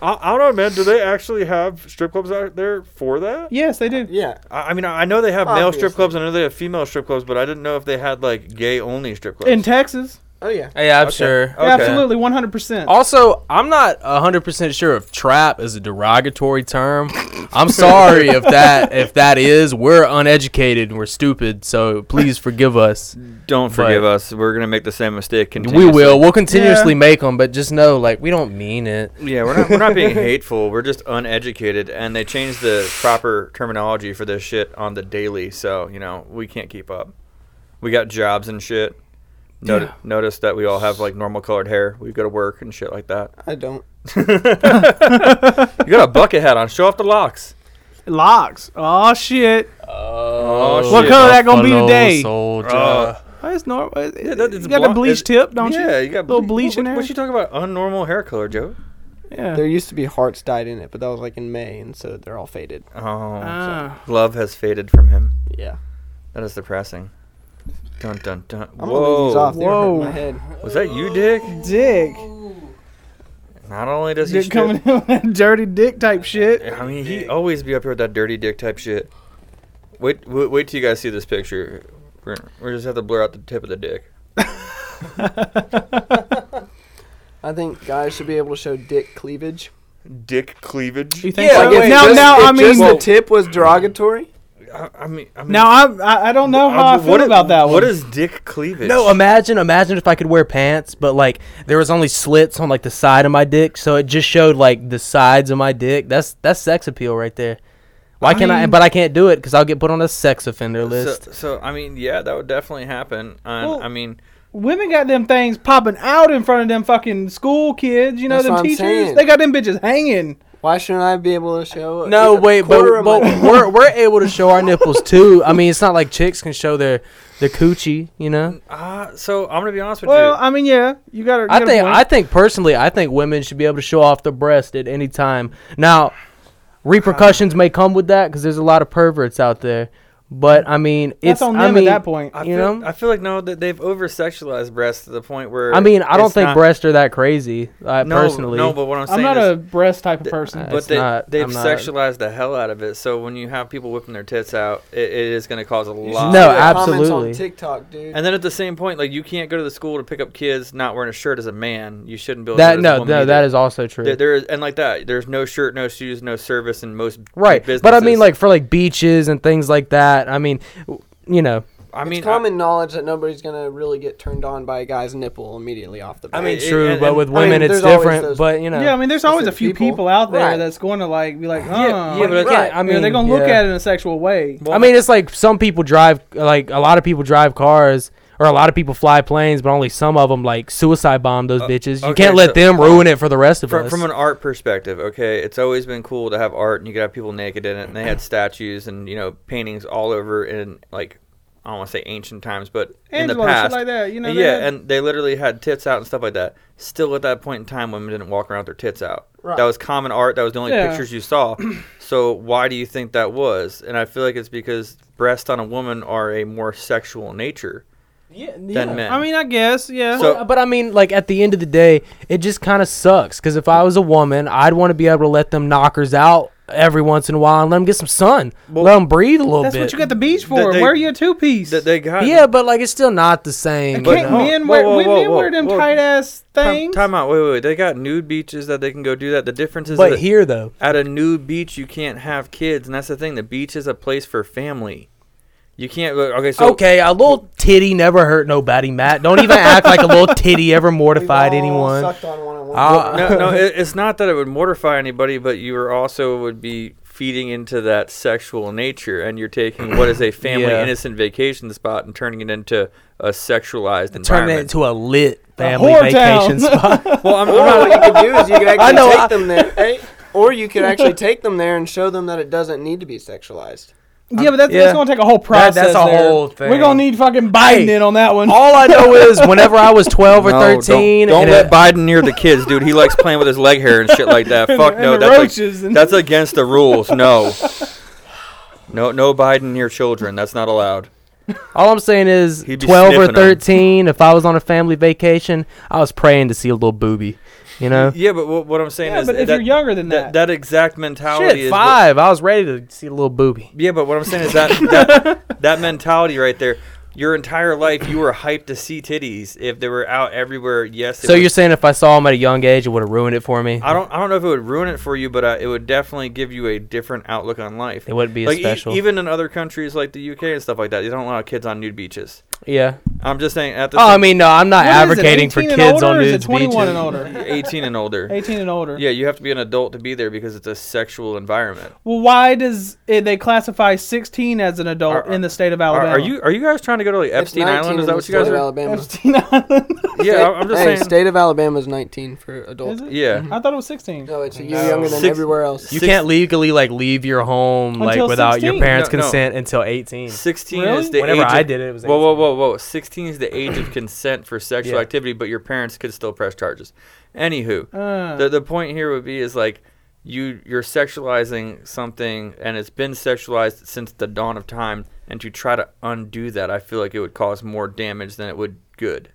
Speaker 3: I don't know, man. Do they actually have strip clubs out there for that?
Speaker 1: Yes, they do.
Speaker 4: yeah.
Speaker 3: I, I mean, I I know they have male strip
Speaker 4: Obviously.
Speaker 3: clubs. I know they have female strip clubs, but I didn't know if they had like gay only strip clubs.
Speaker 1: In Texas,
Speaker 4: Oh yeah.
Speaker 2: Hey, I'm
Speaker 3: Okay.
Speaker 1: Oh,
Speaker 2: sure.
Speaker 3: Okay.
Speaker 1: absolutely, 100%.
Speaker 2: Also, I'm not 100% sure if trap is a derogatory term. I'm sorry if that if that is. We're uneducated and we're stupid, so please forgive us.
Speaker 3: Don't forgive
Speaker 2: But-
Speaker 3: us. We're gonna make the same mistake.
Speaker 2: We
Speaker 3: continuously.
Speaker 2: will. We'll continuously make 'em, make them, but just know like we don't mean it.
Speaker 3: Yeah, we're not we're not being hateful. We're just uneducated, and they change the proper terminology for this shit on the daily. So you know we can't keep up. We got jobs and shit. Noti-
Speaker 2: Yeah.
Speaker 3: Notice that we all have like normal colored hair. We go to work and shit like that.
Speaker 4: I don't.
Speaker 3: You got a bucket hat on. Show off the locks.
Speaker 1: Locks. Oh, shit.
Speaker 2: Oh,
Speaker 3: What
Speaker 1: color that gonna be today?
Speaker 2: Soldier.
Speaker 3: Uh,
Speaker 1: Oh, it's normal.
Speaker 3: Yeah, that- it's
Speaker 1: you got the
Speaker 3: blo-
Speaker 1: bleach
Speaker 3: it-
Speaker 1: tip, don't you?
Speaker 3: yeah, you got
Speaker 1: Little bleach
Speaker 3: what,
Speaker 1: in there?
Speaker 3: What you talking about? Unnormal hair color, Joe.
Speaker 1: Yeah.
Speaker 4: There used to be hearts dyed in it, but that was like in May, and so they're all faded.
Speaker 3: Oh,
Speaker 1: Ah.
Speaker 3: love has faded from him.
Speaker 4: Yeah.
Speaker 3: That is depressing. Dun dun dun.
Speaker 4: I'm gonna leave these
Speaker 3: Whoa,
Speaker 4: off. They're hurting
Speaker 1: Whoa.
Speaker 4: my head.
Speaker 3: was that you, Dick?
Speaker 1: Dick.
Speaker 3: Not only does he
Speaker 1: Dick
Speaker 3: strip-
Speaker 1: coming in with that dirty dick type shit.
Speaker 3: I mean, he always be up here with that dirty dick type shit. Wait, wait, wait till you guys see this picture. We're, we're just have to blur out the tip of the dick.
Speaker 4: I think guys should be able to show dick cleavage.
Speaker 3: Dick cleavage.
Speaker 1: You think
Speaker 2: Yeah,
Speaker 1: so?
Speaker 2: wait,
Speaker 1: now,
Speaker 4: just-
Speaker 1: now
Speaker 4: if
Speaker 1: I mean,
Speaker 4: just the tip was derogatory.
Speaker 3: I, I mean, I mean,
Speaker 1: now I'm- I, I don't know how I,
Speaker 3: I-
Speaker 1: feel
Speaker 3: what is-
Speaker 1: about that one.
Speaker 3: What is dick cleavage?
Speaker 2: No, imagine, imagine if I could wear pants, but like there was only slits on like the side of my dick, so it just showed like the sides of my dick. That's that's sex appeal right there. Why can't I?
Speaker 1: mean-
Speaker 2: But I can't do it because I'll get put on a sex offender
Speaker 3: So,
Speaker 2: list.
Speaker 3: so I mean, yeah, that would definitely happen. And,
Speaker 1: Well,
Speaker 3: I mean,
Speaker 1: Women got them things popping out in front of them fucking school kids. You know,
Speaker 4: That's
Speaker 1: them
Speaker 4: what I'm
Speaker 1: teachers.
Speaker 4: saying.
Speaker 1: They got them bitches hanging.
Speaker 4: Why shouldn't I be able to show?
Speaker 2: no,
Speaker 4: a
Speaker 2: wait,
Speaker 4: quarter
Speaker 2: but, but
Speaker 4: of my-
Speaker 2: we're we're able to show our nipples too. I mean, it's not like chicks can show their their coochie, you know.
Speaker 3: uh, so I'm gonna be honest with
Speaker 1: Well,
Speaker 3: you.
Speaker 1: I mean, yeah, you got to.
Speaker 2: I think I think personally, I think women should be able to show off their breast at any time. Now, repercussions may come with that because there's a lot of perverts out there. But I mean,
Speaker 1: That's
Speaker 2: it's
Speaker 1: on
Speaker 2: I
Speaker 1: them
Speaker 2: mean,
Speaker 1: at that point.
Speaker 3: I
Speaker 2: you
Speaker 3: feel,
Speaker 2: know?
Speaker 3: I feel like no, that they've over sexualized breasts to the point where
Speaker 2: I mean, I don't
Speaker 3: it's
Speaker 2: think
Speaker 3: not-
Speaker 2: breasts are that crazy. I
Speaker 3: no,
Speaker 2: personally,
Speaker 3: No, but what I'm saying
Speaker 1: I'm not
Speaker 3: is,
Speaker 1: a breast type of person.
Speaker 2: Uh,
Speaker 3: but
Speaker 2: It's
Speaker 3: they,
Speaker 2: not-
Speaker 3: they've
Speaker 2: I'm not-
Speaker 3: sexualized the hell out of it. So when you have people whipping their tits out, it, it is going to cause a
Speaker 4: You should
Speaker 3: lot.
Speaker 4: see
Speaker 2: No,
Speaker 4: the comments
Speaker 2: absolutely.
Speaker 4: On TikTok, dude.
Speaker 3: And then at the same point, like you can't go to the school to pick up kids not wearing a shirt as a man. You shouldn't be able
Speaker 2: that
Speaker 3: to.
Speaker 2: no, no, that is also true.
Speaker 3: There, there is, and like that, there's no shirt, no shoes, no service in most
Speaker 2: right,
Speaker 3: businesses.
Speaker 2: but I mean, like for like beaches and things like that. I mean, w- you know,
Speaker 3: I mean,
Speaker 4: it's common knowledge that nobody's gonna really get turned on by a guy's nipple immediately off the bat.
Speaker 3: mean, It-
Speaker 2: true.
Speaker 3: and-
Speaker 2: but
Speaker 3: and-
Speaker 2: with
Speaker 4: I mean,
Speaker 2: women, it's
Speaker 4: there's always
Speaker 2: different.
Speaker 4: those-
Speaker 2: But you know,
Speaker 1: yeah, I mean, there's
Speaker 4: That's
Speaker 1: always
Speaker 4: the
Speaker 1: a few people,
Speaker 4: people.
Speaker 1: out there
Speaker 4: Right.
Speaker 1: that's going to like be like, oh,
Speaker 3: yeah, but
Speaker 2: you
Speaker 3: Right.
Speaker 2: can't- I
Speaker 1: I
Speaker 2: mean,
Speaker 1: mean, they're gonna look
Speaker 2: yeah.
Speaker 1: at it in a sexual way.
Speaker 3: well,
Speaker 2: I mean, it's like some people drive, like a lot of people drive cars, or a lot of people fly planes, but only some of them like suicide bomb those bitches. You
Speaker 3: Uh, okay,
Speaker 2: can't let
Speaker 3: so-
Speaker 2: them ruin it for the rest of
Speaker 3: from,
Speaker 2: us.
Speaker 3: from an art perspective, okay, it's always been cool to have art and you could have people naked in it, and they had statues and you know paintings all over in like I don't want to say ancient times, but in
Speaker 1: Angela,
Speaker 3: the
Speaker 1: shit
Speaker 3: past,
Speaker 1: like that, you know, they
Speaker 3: yeah,
Speaker 1: had-
Speaker 3: and they literally had tits out and stuff like that. Still, at that point in time, women didn't walk around with their tits out.
Speaker 4: Right.
Speaker 3: That was common art. That was the only
Speaker 1: Yeah.
Speaker 3: pictures you saw. so why do you think that was? And I feel like it's because breasts on a woman are a more sexual nature than men.
Speaker 1: I mean, I guess, yeah.
Speaker 3: So-
Speaker 2: but, but I mean, like at the end of the day, it just kind of sucks. Because if I was a woman, I'd want to be able to let them knockers out every once in a while and let them get some sun, let them breathe a little
Speaker 1: that's
Speaker 2: bit.
Speaker 1: what you got the beach for.
Speaker 3: That they-
Speaker 1: wear your two piece.
Speaker 3: that they got
Speaker 2: yeah, but like it's still not the same.
Speaker 3: But-
Speaker 2: you
Speaker 1: Can't
Speaker 2: know?
Speaker 3: no.
Speaker 1: men
Speaker 3: Whoa,
Speaker 1: wear
Speaker 3: whoa,
Speaker 1: when
Speaker 3: whoa,
Speaker 1: men
Speaker 3: whoa,
Speaker 1: wear them
Speaker 3: whoa.
Speaker 1: tight ass
Speaker 3: Time,
Speaker 1: things?
Speaker 3: time out. Wait, wait, wait. They got nude beaches that they can go do that. The difference is
Speaker 2: But
Speaker 3: that-
Speaker 2: here though,
Speaker 3: at a nude beach you can't have kids and that's the thing the beach is a place for family you can't okay so
Speaker 2: okay, a little titty never hurt nobody, Matt. Don't even act like a little titty ever
Speaker 4: We've
Speaker 2: mortified
Speaker 4: all
Speaker 2: anyone.
Speaker 4: Sucked on one on one.
Speaker 2: I'll-
Speaker 3: no, no it, it's not that it would mortify anybody but you were also would be feeding into that sexual nature, and you're taking what is a family
Speaker 2: Yeah.
Speaker 3: innocent vacation spot and turning it into a sexualized
Speaker 2: Turning it
Speaker 3: environment.
Speaker 2: into Oh, a lit family
Speaker 1: whore
Speaker 2: vacation
Speaker 1: town.
Speaker 2: spot.
Speaker 3: well, I'm, I'm
Speaker 4: Or
Speaker 3: not,
Speaker 4: what you could do is you could actually
Speaker 2: know,
Speaker 4: take
Speaker 2: I-
Speaker 4: them there. eh? Or you could actually take them there and show them that it doesn't need to be sexualized.
Speaker 1: Yeah, but that's,
Speaker 2: yeah.
Speaker 1: that's gonna take a whole
Speaker 2: That-
Speaker 1: process.
Speaker 2: that's a
Speaker 1: there.
Speaker 2: whole thing.
Speaker 1: We're gonna need fucking Biden
Speaker 2: Hey,
Speaker 1: in on that one.
Speaker 2: All I know is whenever I was 12 or
Speaker 3: No,
Speaker 2: 13,
Speaker 3: Don't, don't
Speaker 2: and
Speaker 3: let
Speaker 2: it-
Speaker 3: Biden near the kids, dude. He likes playing with his leg hair and shit like that.
Speaker 1: And-
Speaker 3: Fuck
Speaker 1: and
Speaker 3: no,
Speaker 1: the
Speaker 3: that's
Speaker 1: roaches and-
Speaker 3: that's against the rules. No, no, no Biden near children. That's not allowed.
Speaker 2: all I'm saying is
Speaker 3: He'd be
Speaker 2: 12 or
Speaker 3: sniffing 'em.
Speaker 2: 13, if I was on a family vacation, I was praying to see a little booby, you know?
Speaker 3: Yeah, but what, what I'm saying
Speaker 1: yeah,
Speaker 3: is
Speaker 1: but if
Speaker 3: that,
Speaker 1: you're younger than
Speaker 3: that
Speaker 1: that,
Speaker 3: that exact mentality
Speaker 2: Shit,
Speaker 3: is what-
Speaker 2: five. I was ready to see a little booby.
Speaker 3: Yeah, but what I'm saying is that that, that mentality right there. Your entire life, you were hyped to see titties if they were out everywhere. Yes. it
Speaker 2: So
Speaker 3: was-
Speaker 2: you're saying if I saw him at a young age, it would have ruined it for me?
Speaker 3: I don't. I don't know if it would ruin it for you, but uh, it would definitely give you a different outlook on life.
Speaker 2: It wouldn't be as
Speaker 3: like e-
Speaker 2: special.
Speaker 3: even in other countries like the UK and stuff like that, they don't allow kids on nude beaches.
Speaker 2: yeah.
Speaker 3: I'm just saying at the
Speaker 2: Oh, I mean, no, I'm not
Speaker 1: What is it,
Speaker 2: advocating for
Speaker 1: 18 and
Speaker 2: kids
Speaker 1: older
Speaker 2: on
Speaker 1: or is it
Speaker 2: nudes
Speaker 1: 21
Speaker 2: beaches.
Speaker 1: and older?
Speaker 3: 18 and older.
Speaker 1: 18 and older.
Speaker 3: Yeah, you have to be an adult to be there because it's a sexual environment.
Speaker 1: Well, why does it, they classify 16 as an adult
Speaker 3: Are-
Speaker 1: in the state of
Speaker 3: Are,
Speaker 1: Alabama?
Speaker 3: are you are you guys trying to go to like
Speaker 4: It's
Speaker 3: Epstein
Speaker 4: 19
Speaker 3: Island? Is
Speaker 4: in
Speaker 3: that
Speaker 4: the
Speaker 3: what you guys
Speaker 4: state of
Speaker 3: are?
Speaker 4: Alabama.
Speaker 1: Epstein Island?
Speaker 3: Yeah, I'm I'm just
Speaker 4: hey,
Speaker 3: saying.
Speaker 4: state of Alabama is 19 for
Speaker 1: Is
Speaker 4: adults.
Speaker 1: it?
Speaker 3: Yeah.
Speaker 1: I thought it was 16.
Speaker 4: No, it's a year
Speaker 2: No.
Speaker 4: younger than
Speaker 3: Six-
Speaker 4: everywhere else.
Speaker 2: You
Speaker 3: Six-
Speaker 2: can't legally like leave your home like
Speaker 1: Until
Speaker 2: without your
Speaker 1: 16.
Speaker 2: parents'
Speaker 3: No, no.
Speaker 2: consent until 18.
Speaker 3: 16
Speaker 1: Really?
Speaker 3: is the
Speaker 2: Whenever
Speaker 3: age
Speaker 2: I
Speaker 3: of-
Speaker 2: did it, it was 18.
Speaker 3: Whoa, whoa, whoa, whoa. 16 is the age of consent for sexual
Speaker 2: Yeah.
Speaker 3: activity, but your parents could still press charges. Anywho,
Speaker 1: Uh,
Speaker 3: the, the point here would be is like you you're sexualizing something and it's been sexualized since the dawn of time and to try to undo that, I feel like it would cause more damage than it would good.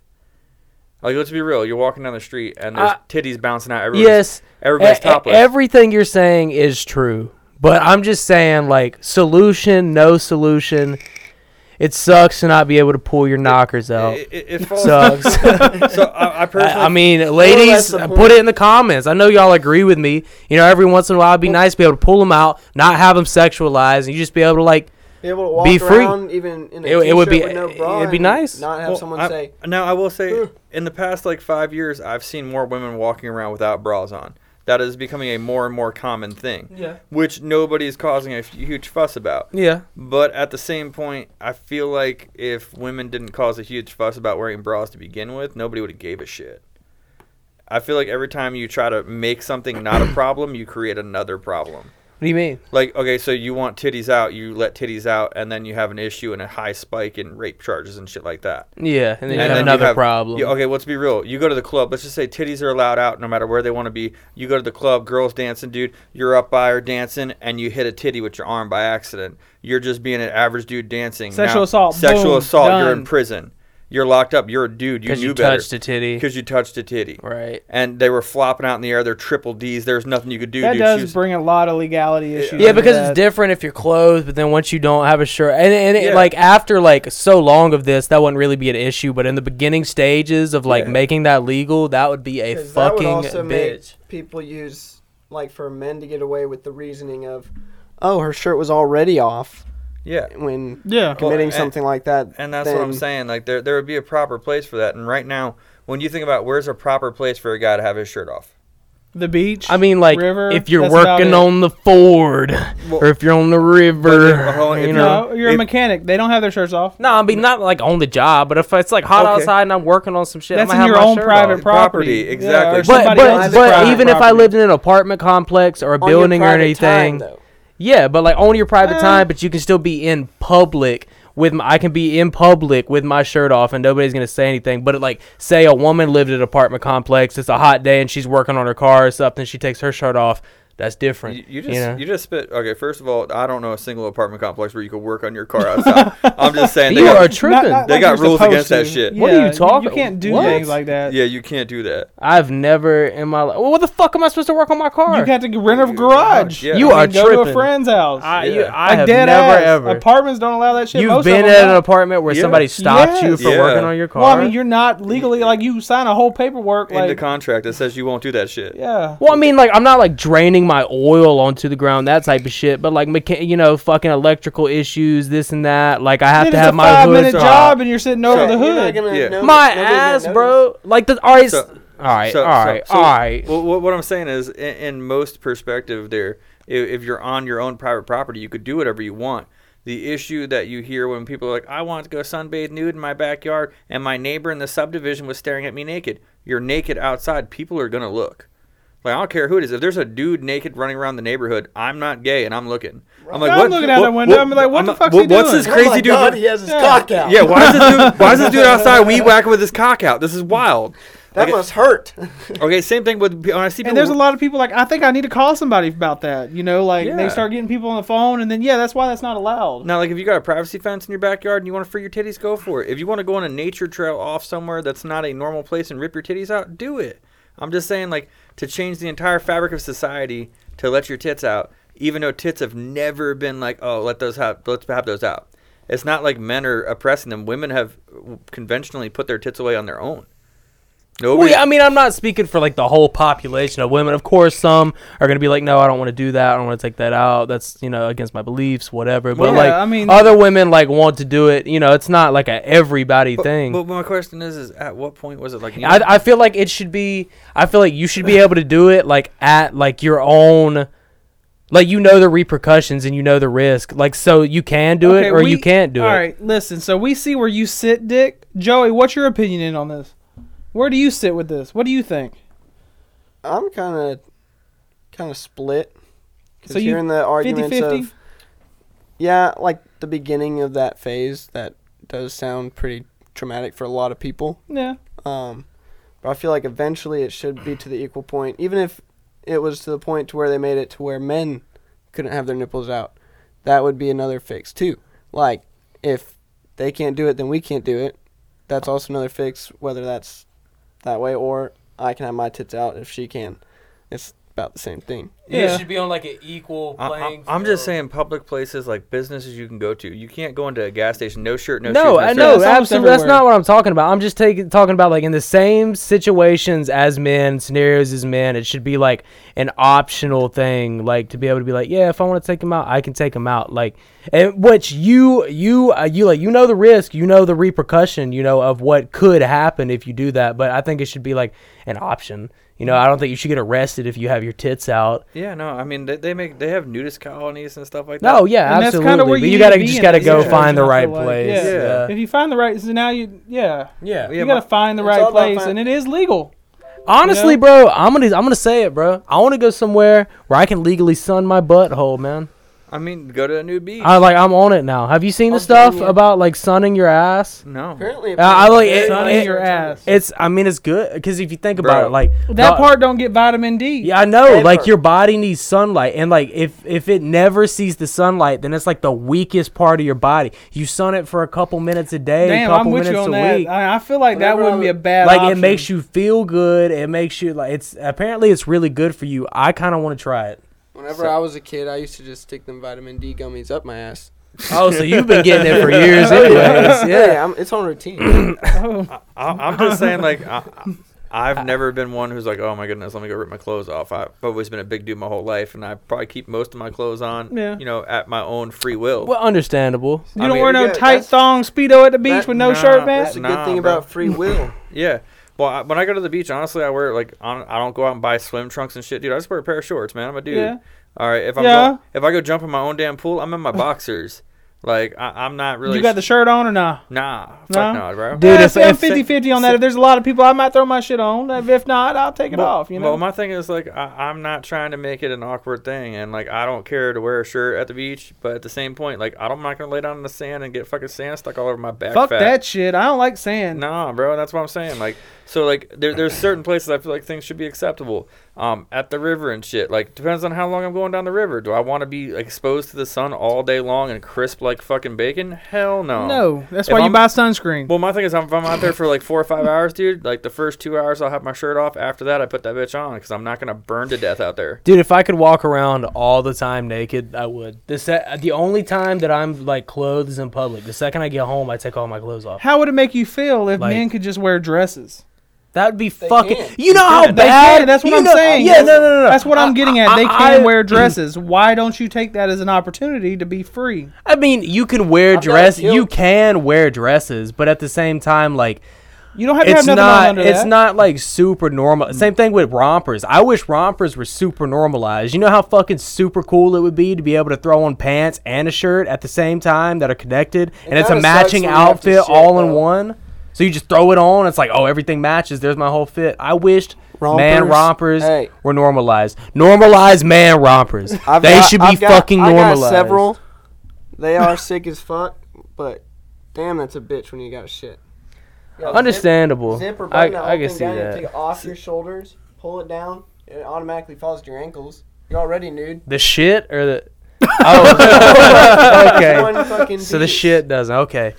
Speaker 3: Like let's be real, you're walking down the street and there's
Speaker 2: Uh,
Speaker 3: titties bouncing out everywhere.
Speaker 2: Yes,
Speaker 3: everybody's
Speaker 2: e- e-
Speaker 3: topless.
Speaker 2: everything you're saying is true, but I'm just saying like solution, no solution. It sucks to not be able to pull your knockers out.
Speaker 3: It, it, it falls
Speaker 2: Sucks.
Speaker 3: so I, I Eh, personally
Speaker 2: I, I mean,
Speaker 4: less
Speaker 2: ladies,
Speaker 4: the
Speaker 2: put it in the comments. I know y'all agree with me. You know, every once in a while, it'd be nice to be able to pull them out, not have them sexualized, and you just be able to like,
Speaker 4: Be able to walk
Speaker 2: Be free.
Speaker 4: around even in a
Speaker 2: It- it would
Speaker 4: t-shirt
Speaker 2: be-
Speaker 4: with no bra
Speaker 2: it'd be
Speaker 4: and
Speaker 2: nice.
Speaker 4: Not have
Speaker 3: Well,
Speaker 4: someone
Speaker 3: I-
Speaker 4: say,
Speaker 3: Now I will say,
Speaker 4: "Ugh."
Speaker 3: in the past like five years, I've seen more women walking around without bras on. That is becoming a more and more common thing,
Speaker 1: yeah.
Speaker 3: which nobody is causing a huge fuss about.
Speaker 2: yeah,
Speaker 3: But at the same point, I feel like if women didn't cause a huge fuss about wearing bras to begin with, nobody would have gave a shit. I feel like every time you try to make something not a problem, you create another problem.
Speaker 2: What do you mean?
Speaker 3: Like, okay, so you want titties out, you let titties out, and then you have an issue and a high spike in rape charges and shit like that.
Speaker 2: Yeah, and then you
Speaker 3: And
Speaker 2: have
Speaker 3: then you
Speaker 2: another
Speaker 3: have-
Speaker 2: problem.
Speaker 3: Yeah, okay, let's be real. You go to the club. Let's just say titties are allowed out no matter where they want to be. You go to the club, girls dancing, dude. You're up by her dancing, and you hit a titty with your arm by accident. You're just being an average dude dancing.
Speaker 1: Sexual assault,
Speaker 3: Sexual
Speaker 1: boom,
Speaker 3: assault. You're
Speaker 1: done.
Speaker 3: in prison. You're locked up. You're a dude. You
Speaker 2: Because you,
Speaker 3: knew better.
Speaker 2: touched a titty,
Speaker 3: Because you touched a titty.
Speaker 2: right?
Speaker 3: And they were flopping out in the air. They're triple D's. There's nothing you could do,
Speaker 1: That
Speaker 3: dude.
Speaker 1: does
Speaker 3: She was-
Speaker 1: bring a lot of legality issues.
Speaker 2: Yeah,
Speaker 1: into
Speaker 2: because
Speaker 1: that.
Speaker 2: it's different if you're clothed, but then once you don't have a shirt, and and it,
Speaker 3: Yeah.
Speaker 2: like after like so long of this, that wouldn't really be an issue. But in the beginning stages of like
Speaker 3: Yeah.
Speaker 2: making that legal, that would be a
Speaker 4: 'Cause that would
Speaker 2: fucking
Speaker 4: also make
Speaker 2: bitch.
Speaker 4: people use like for men to get away with the reasoning of, oh, her shirt was already off
Speaker 3: yeah.
Speaker 4: when
Speaker 1: Yeah.
Speaker 4: committing
Speaker 3: and-
Speaker 4: something like that.
Speaker 3: And that's what I'm
Speaker 4: then-
Speaker 3: saying. Like there, there would be a proper place for that. And right now, when you think about where's a proper place for a guy to have his shirt off,
Speaker 1: The beach.
Speaker 2: I mean, like
Speaker 1: river,
Speaker 2: if you're
Speaker 1: that's about
Speaker 2: working
Speaker 1: it.
Speaker 2: on the Ford
Speaker 3: Well,
Speaker 2: or if you're on the
Speaker 3: but
Speaker 2: river,
Speaker 3: hold on, if
Speaker 2: you
Speaker 3: you-
Speaker 2: know.
Speaker 1: No, you're a
Speaker 3: if-
Speaker 1: mechanic. They don't have their shirts off.
Speaker 2: No, I mean not like on the job, but if it's like hot
Speaker 3: Okay.
Speaker 2: outside and I'm working on some shit,
Speaker 1: That's
Speaker 2: I
Speaker 1: in
Speaker 2: might
Speaker 1: your
Speaker 2: have my
Speaker 1: own
Speaker 2: shirt
Speaker 1: private
Speaker 2: off.
Speaker 1: property.
Speaker 3: Property,
Speaker 1: Yeah,
Speaker 3: exactly.
Speaker 1: or
Speaker 3: But-
Speaker 2: But
Speaker 1: somebody
Speaker 2: but,
Speaker 1: else's
Speaker 2: but
Speaker 1: private
Speaker 2: even if I
Speaker 1: property.
Speaker 2: lived in an apartment complex or a
Speaker 4: On your
Speaker 2: building or
Speaker 4: private time,
Speaker 2: anything,
Speaker 4: though.
Speaker 2: Yeah, but like on your private
Speaker 1: Uh,
Speaker 2: time, but you can still be in public with my, I can be in public with my shirt off and nobody's gonna say anything. But like, say a woman lived at an apartment complex, it's a hot day and she's working on her car or something, she takes her shirt off. That's different.
Speaker 3: You, you just you,
Speaker 2: know?
Speaker 3: just spit. Okay, first of all, I don't know a single apartment complex where you could work on your car outside. I'm just saying they
Speaker 2: You are
Speaker 3: got,
Speaker 2: tripping.
Speaker 3: They
Speaker 1: like
Speaker 3: got
Speaker 1: you're
Speaker 3: rules
Speaker 1: supposed
Speaker 3: against
Speaker 1: to.
Speaker 3: that shit.
Speaker 2: What are
Speaker 1: Yeah,
Speaker 2: you talking-
Speaker 1: You can't do
Speaker 2: what?
Speaker 1: things like that.
Speaker 3: yeah, you can't do that.
Speaker 2: I've never in my life. Well, what the fuck am I supposed to work on my car?
Speaker 1: You got to rent a garage.
Speaker 3: Yeah.
Speaker 2: You
Speaker 1: You
Speaker 2: are
Speaker 1: can go to
Speaker 2: tripping.
Speaker 1: a friend's house.
Speaker 2: I,
Speaker 3: Yeah.
Speaker 2: you, I
Speaker 1: like
Speaker 2: have
Speaker 1: dead
Speaker 2: never
Speaker 1: ass.
Speaker 2: ever.
Speaker 1: Apartments don't allow that shit.
Speaker 2: You've
Speaker 1: Most
Speaker 2: been
Speaker 1: of them
Speaker 2: at an
Speaker 1: don't.
Speaker 2: apartment where
Speaker 3: Yeah.
Speaker 2: somebody stopped you
Speaker 1: Yes.
Speaker 2: for
Speaker 3: Yeah.
Speaker 2: working on your car.
Speaker 1: Well, I mean, you're not legally like you sign a whole paperwork
Speaker 3: In the
Speaker 1: like
Speaker 3: contract that says you won't do that shit.
Speaker 1: yeah.
Speaker 2: Well, I mean, like I'm not like draining my oil onto the ground, that type of shit. But like, mecha- you know, fucking electrical issues, this and that. Like, I have
Speaker 1: It
Speaker 2: to
Speaker 1: is
Speaker 2: have
Speaker 1: a
Speaker 2: my
Speaker 1: five
Speaker 2: hood.
Speaker 1: minute
Speaker 2: drop.
Speaker 1: job and you're sitting over
Speaker 3: So-
Speaker 1: the
Speaker 4: You're not
Speaker 1: hood.
Speaker 4: gonna
Speaker 3: Yeah.
Speaker 4: know-
Speaker 2: My
Speaker 4: nobody's gonna
Speaker 2: ass,
Speaker 4: notice.
Speaker 2: bro. Like the all right,
Speaker 3: So-
Speaker 2: all right,
Speaker 3: So-
Speaker 2: all right,
Speaker 3: so- so
Speaker 2: all right.
Speaker 3: Well, what, what I'm saying is, in, in most perspective, there if, if you're on your own private property, you could do whatever you want. The issue that you hear when people are like, I want to go sunbathe nude in my backyard, and my neighbor in the subdivision was staring at me naked. You're naked outside. People are going to look. Like, I don't care who it is. If there's a dude naked running around the neighborhood, I'm not gay and I'm looking. I'm like,
Speaker 1: I'm
Speaker 3: what,
Speaker 1: looking out
Speaker 3: what-
Speaker 1: that window. I'm like, what the fuck's he
Speaker 3: What's
Speaker 1: doing?
Speaker 3: this crazy
Speaker 4: oh my
Speaker 3: dude?
Speaker 4: God, he has his
Speaker 1: Yeah.
Speaker 4: cock out.
Speaker 3: Yeah, why is this dude? Why is this dude outside weed whacking with his cock out? This is wild.
Speaker 4: that
Speaker 3: Okay.
Speaker 4: must hurt.
Speaker 3: Okay, same thing with when I see people.
Speaker 1: And there's a lot of people like I think I need to call somebody about that. You know, like
Speaker 3: Yeah.
Speaker 1: they start getting people on the phone, and then yeah, that's why that's not allowed.
Speaker 3: Now, like if you got a privacy fence in your backyard and you want to free your titties, go for it. If you want to go on a nature trail off somewhere that's not a normal place and rip your titties out, do it. I'm just saying, like to change the entire fabric of society to let your tits out, even though tits have never been like, oh, let those have, let's have those out. It's not like men are oppressing them. Women have conventionally put their tits away on their own.
Speaker 2: Well,
Speaker 3: Nobody.
Speaker 2: yeah, I mean, I'm not speaking for like the whole population of women. Of course, some are going to be like, "No, I don't want to do that. I don't want to take that out. That's you know against my beliefs, whatever." But
Speaker 1: Yeah,
Speaker 2: like,
Speaker 1: I mean-
Speaker 2: other women like want to do it. You know, it's not like a everybody
Speaker 3: But-
Speaker 2: thing.
Speaker 3: But, my question is, is at what point was it like? you know-
Speaker 2: I, I feel like it should be. I feel like you should be able to do it like at like your own. Like you know the repercussions and you know the risk. Like so you can do
Speaker 1: Okay,
Speaker 2: it or
Speaker 1: we-
Speaker 2: you can't do it.
Speaker 1: All right, listen. So we see where you sit, Dick. Joey, what's your opinion in on this? Where do you sit with this? What do you think?
Speaker 4: I'm kind of, kind of split. Because
Speaker 1: So you-
Speaker 4: hearing the arguments
Speaker 1: 50-50?
Speaker 4: of, yeah, like the beginning of that phase, that does sound pretty traumatic for a lot of people.
Speaker 1: Yeah.
Speaker 4: Um, but I feel like eventually it should be to the equal point, even if it was to the point to where they made it to where men couldn't have their nipples out. That would be another fix too. Like if they can't do it, then we can't do it. That's also another fix, whether that's that way or I can have my tits out if she can. It's about the same thing.
Speaker 1: Yeah.
Speaker 2: should be on like an equal
Speaker 3: I- I, I'm just saying, public places like businesses you can go to. You can't go into a gas station, no shirt, no.
Speaker 2: No,
Speaker 3: shoes,
Speaker 2: I
Speaker 3: shirt.
Speaker 2: know
Speaker 1: It's almost
Speaker 2: absolutely. That's
Speaker 1: everywhere.
Speaker 2: not what I'm talking about. I'm just taking talking about like in the same situations as men, scenarios as men. It should be like an optional thing, like to be able to be like, yeah, if I want to take them out, I can take them out. Like, and which you you uh, you like you know the risk, you know the repercussion, you know of what could happen if you do that. But I think it should be like an option. You know, I don't think you should get arrested if you have your tits out.
Speaker 3: Yeah, no. I mean, they, they make they have nudist colonies and stuff like that.
Speaker 2: No, yeah,
Speaker 1: And that's
Speaker 2: absolutely.
Speaker 1: kinda where
Speaker 2: but
Speaker 1: you
Speaker 2: you,
Speaker 1: need
Speaker 2: gotta
Speaker 1: to be
Speaker 2: just
Speaker 1: in
Speaker 2: gotta
Speaker 1: that
Speaker 2: go
Speaker 1: situation,
Speaker 2: find the
Speaker 1: I feel
Speaker 2: right
Speaker 1: like.
Speaker 2: place.
Speaker 1: Yeah.
Speaker 2: yeah.
Speaker 1: If you find the right, so now you, yeah,
Speaker 2: Yeah.
Speaker 1: you
Speaker 3: my-
Speaker 1: gotta find the
Speaker 4: It's
Speaker 1: right
Speaker 4: all about
Speaker 1: place,
Speaker 4: fin-
Speaker 1: and it is legal.
Speaker 2: Honestly,
Speaker 1: You
Speaker 2: bro, I'm gonna I'm gonna say it, bro. I want to go somewhere where I can legally sun my butthole, man.
Speaker 3: I mean, go to a new beach.
Speaker 2: I like I'm on it now. Have you seen the
Speaker 4: I'm
Speaker 2: stuff
Speaker 4: doing it.
Speaker 2: about like sunning your ass?
Speaker 3: no.
Speaker 4: Apparently,
Speaker 2: Uh, I like it-
Speaker 1: Sunning
Speaker 2: it-
Speaker 1: your ass.
Speaker 2: It's I mean it's good because if you think about
Speaker 3: Bro.
Speaker 2: it, like
Speaker 1: That
Speaker 2: the-
Speaker 1: part don't get vitamin D.
Speaker 2: Yeah, I know.
Speaker 4: Ever.
Speaker 2: Like your body needs sunlight, and like if if it never sees the sunlight, then it's like the weakest part of your body. You sun it for a couple minutes a day,
Speaker 1: Damn,
Speaker 2: couple
Speaker 1: I'm with
Speaker 2: minutes
Speaker 1: you on
Speaker 2: a
Speaker 1: that.
Speaker 2: week.
Speaker 1: I, I feel like that
Speaker 4: Whenever
Speaker 1: wouldn't
Speaker 4: I-
Speaker 1: be a bad.
Speaker 2: like it makes you feel good. It makes you like it's apparently it's really good for you. I kind of want to try it.
Speaker 4: Whenever I was a kid, I used to just stick them vitamin D gummies up my ass.
Speaker 2: Oh, so you've been getting it for years, anyways.
Speaker 4: yeah, I'm, it's on routine.
Speaker 1: Oh,
Speaker 3: I, I'm just saying, like, I, I- I've never been one who's like, oh my goodness, let me go rip my clothes off. I've always been a big dude my whole life, and I probably keep most of my clothes on,
Speaker 1: Yeah.
Speaker 3: you know, at my own free will.
Speaker 2: Well, understandable.
Speaker 1: you
Speaker 3: I
Speaker 1: don't
Speaker 3: mean,
Speaker 1: wear no
Speaker 4: yeah,
Speaker 1: tight
Speaker 4: that's-
Speaker 1: thong speedo at the beach
Speaker 4: that-
Speaker 1: with no
Speaker 3: nah,
Speaker 1: shirt, man.
Speaker 4: That's a good
Speaker 3: Nah,
Speaker 4: thing
Speaker 3: bro.
Speaker 4: about free will.
Speaker 3: yeah. Well, I, when I go to the beach, honestly, I wear like on, I don't go out and buy swim trunks and shit, dude. I just wear a pair of shorts, man. I'm a dude.
Speaker 1: Yeah.
Speaker 3: All right, if I'm
Speaker 1: Yeah.
Speaker 3: go- if I go jump in my own damn pool, I'm in my boxers. Like I, I'm not really.
Speaker 1: You got the shirt on or nah?
Speaker 3: Nah, fuck
Speaker 1: No?
Speaker 3: no, bro.
Speaker 2: Dude,
Speaker 1: Dude,
Speaker 2: if-
Speaker 1: I'm
Speaker 2: if-
Speaker 1: 50 50 on that. If there's a lot of people, I might throw my shit on. If if not, I'll take it
Speaker 3: Well-
Speaker 1: off. You know.
Speaker 3: Well, my thing is like I, I'm not trying to make it an awkward thing, and like I don't care to wear a shirt at the beach, but at the same point, like I don't, I'm not gonna lay down in the sand and get fucking sand stuck all over my back.
Speaker 1: Fuck
Speaker 3: fat.
Speaker 1: that shit. I don't like sand.
Speaker 3: Nah, bro, that's what I'm saying. Like, so like there, there's certain places I feel like things should be acceptable. Um, at the river and shit. Like, depends on how long I'm going down the river. Do I want to be exposed to the sun all day long and crisp like fucking bacon? Hell no.
Speaker 1: No, that's
Speaker 3: If
Speaker 1: why you
Speaker 3: I'm-
Speaker 1: buy sunscreen.
Speaker 3: Well, my thing is, if I'm out there for like four or five hours, dude, like the first two hours, I'll have my shirt off. After that, I put that bitch on because I'm not gonna burn to death out there.
Speaker 2: Dude, if I could walk around all the time naked, I would. The se- the only time that I'm like clothes in public, the second I get home, I take all my clothes off.
Speaker 1: How would it make you feel if
Speaker 2: Like-
Speaker 1: men could just wear dresses?
Speaker 2: That would be
Speaker 4: They
Speaker 2: fucking.
Speaker 4: can.
Speaker 2: You know
Speaker 1: They
Speaker 2: how
Speaker 1: can,
Speaker 2: Oh, bad.
Speaker 1: That's what
Speaker 2: you
Speaker 1: I'm
Speaker 2: know-
Speaker 1: saying.
Speaker 2: Yeah, no, no, no, no.
Speaker 1: That's what I'm
Speaker 2: I-
Speaker 1: getting at.
Speaker 2: I-
Speaker 1: They can
Speaker 2: I-
Speaker 1: wear dresses. Why don't you take that as an opportunity to be free?
Speaker 2: I mean, you can wear
Speaker 4: I've got a
Speaker 2: dress.
Speaker 4: kilt.
Speaker 2: You can wear dresses, but at the same time, like
Speaker 1: You don't have to
Speaker 2: It's
Speaker 1: have nothing on
Speaker 2: not.
Speaker 1: under
Speaker 2: It's
Speaker 1: that.
Speaker 2: not like super
Speaker 4: Mm.
Speaker 2: normal. Same thing with rompers. I wish rompers were super normalized. You know how fucking super cool it would be to be able to throw on pants and a shirt at the same time that are connected, and it's a
Speaker 4: kinda sucks
Speaker 2: matching
Speaker 4: when you have to
Speaker 2: outfit
Speaker 4: shit,
Speaker 2: all in
Speaker 4: though.
Speaker 2: one. So you just throw it on. It's like, oh, everything matches. There's my whole fit. I wished man
Speaker 4: Rompers.
Speaker 2: rompers
Speaker 4: Hey.
Speaker 2: were normalized. Normalized man rompers.
Speaker 4: I've
Speaker 2: they
Speaker 4: got-
Speaker 2: should be
Speaker 4: I've got-
Speaker 2: fucking
Speaker 4: I
Speaker 2: normalized.
Speaker 4: Got several. They are sick as fuck, but damn, that's a bitch when you got a shit. Yo,
Speaker 2: Understandable.
Speaker 4: Zip, zip or
Speaker 2: I,
Speaker 4: button that
Speaker 2: I
Speaker 4: whole
Speaker 2: can
Speaker 4: thing
Speaker 2: see
Speaker 4: down and
Speaker 2: that.
Speaker 4: Take it off your shoulders, pull it down, and it automatically falls to your ankles. You're already nude.
Speaker 2: The shit or the. Oh, okay.
Speaker 4: One fucking
Speaker 2: So the
Speaker 4: piece.
Speaker 2: shit doesn't. Okay.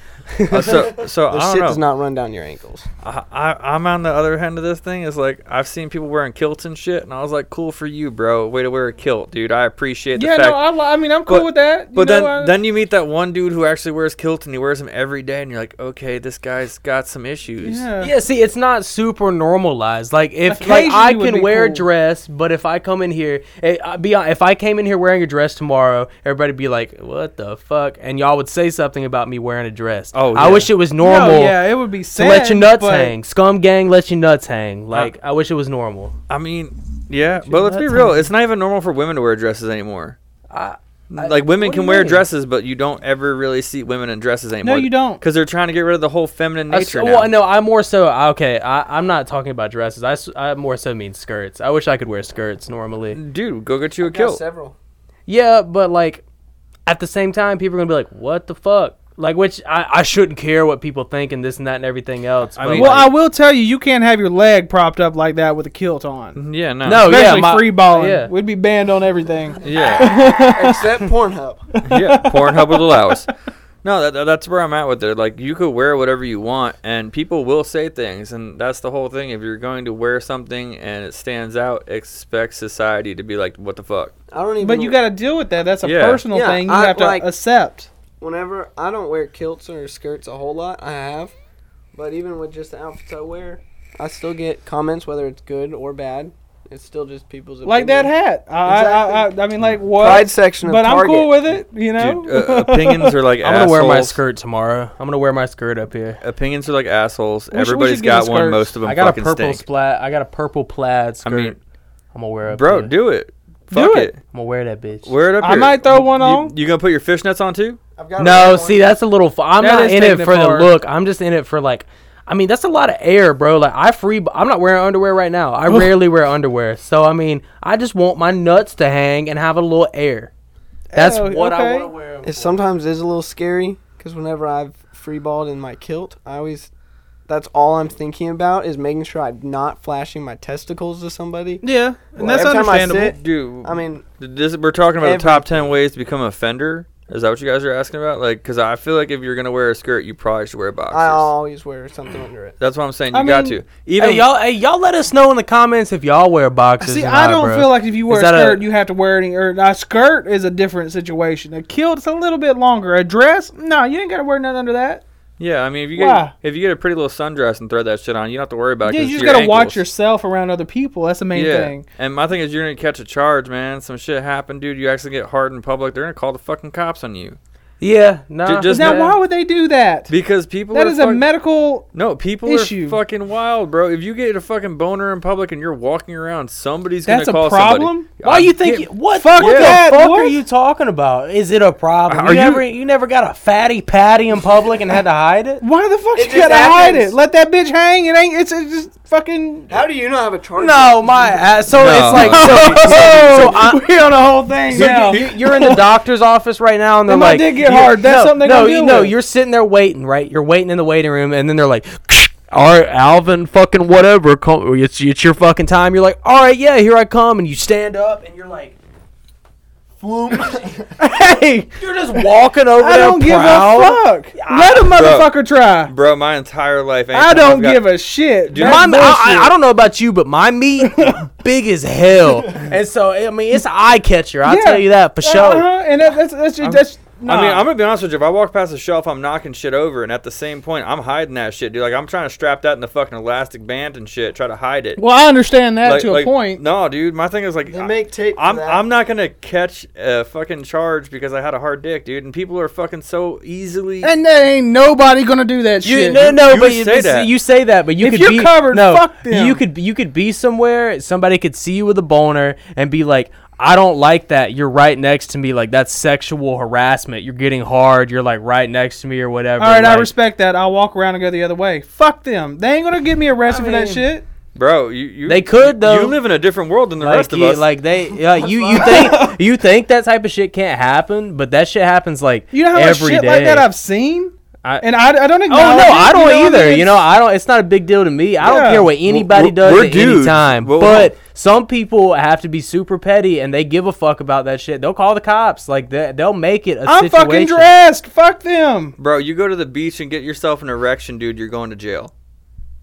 Speaker 3: Uh, so, so
Speaker 4: The
Speaker 3: I
Speaker 4: shit
Speaker 3: don't
Speaker 4: does
Speaker 3: know.
Speaker 4: not run down your ankles.
Speaker 3: I, I, I'm on the other end of this thing. Is like I've seen people wearing kilts and shit, and I was like, "Cool for you, bro. Way to wear a kilt, dude. I appreciate the
Speaker 1: Yeah,
Speaker 3: fact."
Speaker 1: no, I, li- I mean, I'm cool
Speaker 3: But-
Speaker 1: with that. You
Speaker 3: but
Speaker 1: know,
Speaker 3: then,
Speaker 1: I-
Speaker 3: then you meet that one dude who actually wears kilts and he wears them every day, and you're like, "Okay, this guy's got some issues."
Speaker 1: yeah.
Speaker 2: Yeah, see, it's not super normalized. Like if like I
Speaker 1: Occasionally would
Speaker 2: can
Speaker 1: be
Speaker 2: wear a
Speaker 1: cool.
Speaker 2: dress, but if I come in here, eh, I- be hon- if I came in here wearing a dress tomorrow, everybody'd be like, "What the fuck?" And y'all would say something about me wearing a dress.
Speaker 3: Oh,
Speaker 2: I
Speaker 3: yeah.
Speaker 2: wish it was
Speaker 1: No,
Speaker 2: normal
Speaker 1: yeah, it would be
Speaker 2: to
Speaker 1: sad.
Speaker 2: let your nuts
Speaker 1: but-
Speaker 2: hang. Scum gang, let your nuts hang. Like I wish it was normal.
Speaker 3: I mean, yeah,
Speaker 2: Dude,
Speaker 3: but let's be
Speaker 2: that's
Speaker 3: real.
Speaker 2: how-
Speaker 3: It's not even normal for women to wear dresses anymore.
Speaker 2: I-
Speaker 3: like women
Speaker 2: what do
Speaker 3: can
Speaker 2: you
Speaker 3: wear
Speaker 2: mean?
Speaker 3: dresses, but you don't ever really see women in dresses anymore.
Speaker 1: you don't.
Speaker 3: because they're trying to get rid of the whole feminine
Speaker 2: I s-
Speaker 3: nature.
Speaker 2: well,
Speaker 3: now.
Speaker 2: no, I more so okay. I, I'm not talking about dresses. I, s- I more so mean skirts. I wish I could wear skirts normally.
Speaker 3: Dude, go get you a
Speaker 4: I've got
Speaker 3: kilt.
Speaker 4: several.
Speaker 2: Yeah, but like at the same time, people are gonna be like, "What the fuck?" Like, which I, I shouldn't care what people think and this and that and everything else.
Speaker 3: I
Speaker 2: but,
Speaker 3: mean-
Speaker 2: like-
Speaker 1: Well, I will tell you, you can't have your leg propped up like that with a kilt on.
Speaker 3: Yeah, no.
Speaker 2: No. Oh, yeah,
Speaker 1: Especially
Speaker 2: my-
Speaker 1: free balling.
Speaker 2: yeah.
Speaker 1: We'd be banned on everything.
Speaker 3: Yeah,
Speaker 4: Except Pornhub.
Speaker 3: yeah. Pornhub will allow us. No, that, that- that's where I'm at with it. Like, you could wear whatever you want, and people will say things, and that's the whole thing. If you're going to wear something and it stands out, expect society to be like, "What the fuck?"
Speaker 4: I don't even.
Speaker 1: But you got to deal with that. That's a
Speaker 3: Yeah.
Speaker 1: personal
Speaker 4: Yeah,
Speaker 1: thing you
Speaker 4: I-
Speaker 1: have to
Speaker 4: like-
Speaker 1: accept.
Speaker 4: whenever I don't wear kilts or skirts a whole lot, I have, but even with just the outfits I wear, I still get comments whether it's good or bad. It's still just people's
Speaker 1: Like that
Speaker 4: opinion.
Speaker 1: hat. I, I, I, I mean, like what?
Speaker 4: Pride section of
Speaker 1: but I'm
Speaker 4: Target.
Speaker 1: cool with it. You know.
Speaker 3: Dude, uh, opinions are like
Speaker 2: I'm gonna wear my
Speaker 3: assholes.
Speaker 2: skirt tomorrow. I'm gonna wear my skirt up here.
Speaker 3: Opinions are like assholes.
Speaker 1: We should- we
Speaker 3: Everybody's
Speaker 1: should get
Speaker 3: got
Speaker 1: the
Speaker 3: one.
Speaker 1: skirts.
Speaker 3: Most of them
Speaker 2: I got a
Speaker 3: fucking
Speaker 2: purple
Speaker 3: stink.
Speaker 2: plaid. I got a purple plaid
Speaker 3: I
Speaker 2: skirt. I
Speaker 3: mean-
Speaker 2: am gonna wear up.
Speaker 3: Bro,
Speaker 2: here.
Speaker 3: do it.
Speaker 1: Do
Speaker 3: Fuck
Speaker 1: it.
Speaker 3: it.
Speaker 2: I'm gonna wear that bitch.
Speaker 3: Wear it up
Speaker 1: I
Speaker 3: here.
Speaker 1: might throw one
Speaker 3: You-
Speaker 1: on.
Speaker 3: You, gonna put your fishnets on too?
Speaker 4: I've got
Speaker 2: no,
Speaker 4: red
Speaker 2: see,
Speaker 4: one.
Speaker 2: that's a little. Fu- I'm
Speaker 1: That
Speaker 2: not
Speaker 1: is
Speaker 2: in
Speaker 1: taking
Speaker 2: it
Speaker 1: it
Speaker 2: for the
Speaker 1: far.
Speaker 2: look. I'm just in it for like. I mean, that's a lot of air, bro. Like I free. I'm not wearing underwear right now. I rarely wear underwear, so I mean, I just want my nuts to hang and have a little air. That's
Speaker 1: Oh,
Speaker 2: what I
Speaker 1: okay.
Speaker 2: want to wear. 'em
Speaker 4: It
Speaker 2: for.
Speaker 4: sometimes is a little scary because whenever I've freeballed in my kilt, I always. That's all I'm thinking about is making sure I'm not flashing my testicles to somebody.
Speaker 1: Yeah, and
Speaker 4: Well,
Speaker 1: that's
Speaker 4: every time I
Speaker 1: understandable.
Speaker 4: sit-
Speaker 3: Dude,
Speaker 4: I mean,
Speaker 3: this, we're talking about the
Speaker 4: every-
Speaker 3: top ten ways to become a fender. Is that what you guys are asking about? Like, because I feel like if you're gonna wear a skirt, you probably should wear boxers.
Speaker 4: I always wear something under it.
Speaker 3: That's what I'm saying. You
Speaker 1: I
Speaker 3: got
Speaker 1: mean-
Speaker 3: to. Even
Speaker 2: hey, y'all, hey, y'all, let us know in the comments if y'all wear boxers.
Speaker 1: See,
Speaker 2: or
Speaker 1: I
Speaker 2: not,
Speaker 1: don't
Speaker 2: bro.
Speaker 1: feel like if you wear
Speaker 2: Is
Speaker 1: a
Speaker 2: that a-
Speaker 1: skirt, you have to wear any. Or a skirt is a different situation. A kilt's a little bit longer. A dress, no, you ain't got to wear nothing under that.
Speaker 3: yeah, I mean, if you
Speaker 1: Why?
Speaker 3: get if you get a pretty little sundress and throw that shit on, you don't have to worry about it.
Speaker 1: yeah,
Speaker 3: 'cause
Speaker 1: you
Speaker 3: it's
Speaker 1: just got
Speaker 3: your
Speaker 1: to watch
Speaker 3: ankles.
Speaker 1: yourself around other people. That's the main
Speaker 3: yeah.
Speaker 1: thing.
Speaker 3: And my thing is, you're gonna catch a charge, man. Some shit happened, dude. You actually get hard in public. They're gonna call the fucking cops on you
Speaker 2: Yeah, no. Nah,
Speaker 3: Ju- just-
Speaker 1: Now,
Speaker 3: Yeah.
Speaker 1: why would they do that?
Speaker 3: because people.
Speaker 1: That
Speaker 3: are
Speaker 1: is a
Speaker 3: fuck-
Speaker 1: medical.
Speaker 3: No, people
Speaker 1: issue.
Speaker 3: are fucking wild, bro. If you get a fucking boner in public and you're walking around, somebody's
Speaker 1: That's a
Speaker 3: gonna call
Speaker 1: problem?
Speaker 3: somebody.
Speaker 2: why
Speaker 3: I
Speaker 2: you think?
Speaker 3: get-
Speaker 2: you- what
Speaker 1: Fuck
Speaker 2: what
Speaker 1: that,
Speaker 2: the fuck
Speaker 1: what?
Speaker 2: are you talking about? Is it a problem?
Speaker 3: Are
Speaker 2: you,
Speaker 3: you-
Speaker 2: never you never got a fatty patty in public and had to hide it?
Speaker 1: Why the fuck
Speaker 4: It
Speaker 1: you gotta
Speaker 4: just
Speaker 1: hide it?
Speaker 4: happens.
Speaker 1: Let that bitch hang. It ain't. It's, it's just fucking.
Speaker 4: How do you not have a charger?
Speaker 2: No, my ass. So
Speaker 3: No.
Speaker 2: it's like, so, so I,
Speaker 1: We're on the whole thing
Speaker 2: so
Speaker 1: now.
Speaker 2: you, you're in the doctor's office right now, and they're
Speaker 1: And my
Speaker 2: like,
Speaker 1: dick get
Speaker 2: you-
Speaker 1: hard. That's
Speaker 2: no,
Speaker 1: something they
Speaker 2: No,
Speaker 1: gonna
Speaker 2: you
Speaker 1: deal
Speaker 2: know,
Speaker 1: with.
Speaker 2: you're sitting there waiting, right? You're waiting in the waiting room, and then they're like. All right, Alvin, fucking whatever. Come, it's it's your fucking time. You're like, all right, yeah, here I come, and you stand up, and you're like,
Speaker 1: hey,
Speaker 2: you're just walking over
Speaker 1: I
Speaker 2: there
Speaker 1: don't give
Speaker 2: proud.
Speaker 1: a fuck. Let a motherfucker try.
Speaker 3: Bro, my entire life.
Speaker 1: I don't give a shit.
Speaker 3: Dude,
Speaker 1: That's
Speaker 2: My, I, I- I
Speaker 1: bullshit.
Speaker 2: don't know about you, but my meat big as hell, and so I mean it's an eye catcher. I will
Speaker 1: Yeah.
Speaker 2: tell you that for sure.
Speaker 1: Uh-huh, and that, that's that's, just, that's
Speaker 3: I mean,
Speaker 1: Nah.
Speaker 3: I'm gonna be honest with you. If I walk past the shelf, I'm knocking shit over, and at the same point, I'm hiding that shit, dude. Like I'm trying to strap that in the fucking elastic band and shit, try to hide it.
Speaker 1: Well, I understand that
Speaker 3: Like-
Speaker 1: to a
Speaker 3: like,
Speaker 1: point.
Speaker 3: No, dude. My thing is like,
Speaker 4: They
Speaker 3: I-
Speaker 4: make tape. for
Speaker 3: I'm
Speaker 4: that.
Speaker 3: I'm not gonna catch a fucking charge because I had a hard dick, dude. And people are fucking so easily.
Speaker 1: And there ain't nobody gonna do that
Speaker 2: You,
Speaker 1: shit.
Speaker 2: no, no,
Speaker 3: You
Speaker 2: but
Speaker 3: say
Speaker 2: you say,
Speaker 3: that.
Speaker 2: that. you say that, but you
Speaker 1: If
Speaker 2: could
Speaker 1: you're
Speaker 2: be
Speaker 1: covered,
Speaker 2: No,
Speaker 1: fuck them.
Speaker 2: you could you could be somewhere. Somebody could see you with a boner and be like, "I don't like that." You're right next to me, like that's sexual harassment. You're getting hard. You're like right next to me or whatever.
Speaker 1: All right, I
Speaker 2: like-
Speaker 1: respect that. I'll walk around and go the other way. Fuck them. They ain't gonna get me arrested for that
Speaker 3: mean-
Speaker 1: shit.
Speaker 3: Bro, you, you
Speaker 2: They could, though.
Speaker 3: You live in a different world than the
Speaker 2: Like,
Speaker 3: rest of
Speaker 2: yeah,
Speaker 3: us.
Speaker 2: like they, like you, you think you think that type of shit can't happen, but that shit happens like
Speaker 1: You know how much
Speaker 2: every
Speaker 1: shit
Speaker 2: day.
Speaker 1: like that I've seen,
Speaker 2: I-
Speaker 1: and I, I don't
Speaker 2: Oh
Speaker 1: acknowledge.
Speaker 2: no,
Speaker 1: it,
Speaker 2: I
Speaker 1: you
Speaker 2: don't
Speaker 1: know what
Speaker 2: either.
Speaker 1: mean?
Speaker 2: you know, I don't. It's not a big deal to me. I
Speaker 1: Yeah.
Speaker 2: don't care what anybody
Speaker 3: we're-
Speaker 2: does
Speaker 3: we're
Speaker 2: at any
Speaker 3: dudes.
Speaker 2: time.
Speaker 3: Well-
Speaker 2: but some people have to be super petty, and they give a fuck about that shit. They'll call the cops. Like they, they'll make it a
Speaker 1: I'm
Speaker 2: situation.
Speaker 1: fucking dressed. Fuck them.
Speaker 3: Bro, you go to the beach and get yourself an erection, dude. You're going to jail.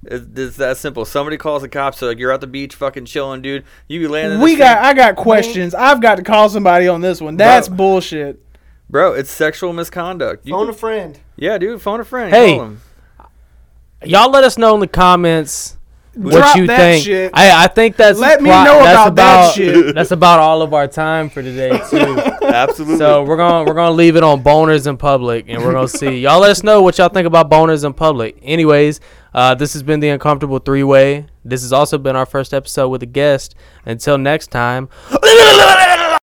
Speaker 3: It's, it's that simple. Somebody calls the cops. So like, you're at the beach, fucking chilling, dude. You be laying. In
Speaker 1: We
Speaker 3: the
Speaker 1: got.
Speaker 3: sand-
Speaker 1: I got questions. I've got to call somebody on this one. That's bullshit.
Speaker 3: bro. It's sexual misconduct. You
Speaker 4: Phone
Speaker 3: can-
Speaker 4: a friend.
Speaker 3: yeah, dude. Phone a friend.
Speaker 2: Hey.
Speaker 3: call 'em.
Speaker 2: Y'all let us know in the comments what
Speaker 1: Drop
Speaker 2: you
Speaker 1: that
Speaker 2: think.
Speaker 1: shit.
Speaker 2: I I think that's
Speaker 1: Let me
Speaker 2: pro-
Speaker 1: know
Speaker 2: that's
Speaker 1: about that shit.
Speaker 2: That's about all of our time for today too.
Speaker 3: absolutely.
Speaker 2: so we're gonna we're gonna leave it on boners in public, and we're gonna see y'all. Let us know what y'all think about boners in public. Anyways, uh, this has been the uncomfortable three way. This has also been our first episode with a guest. Until next time.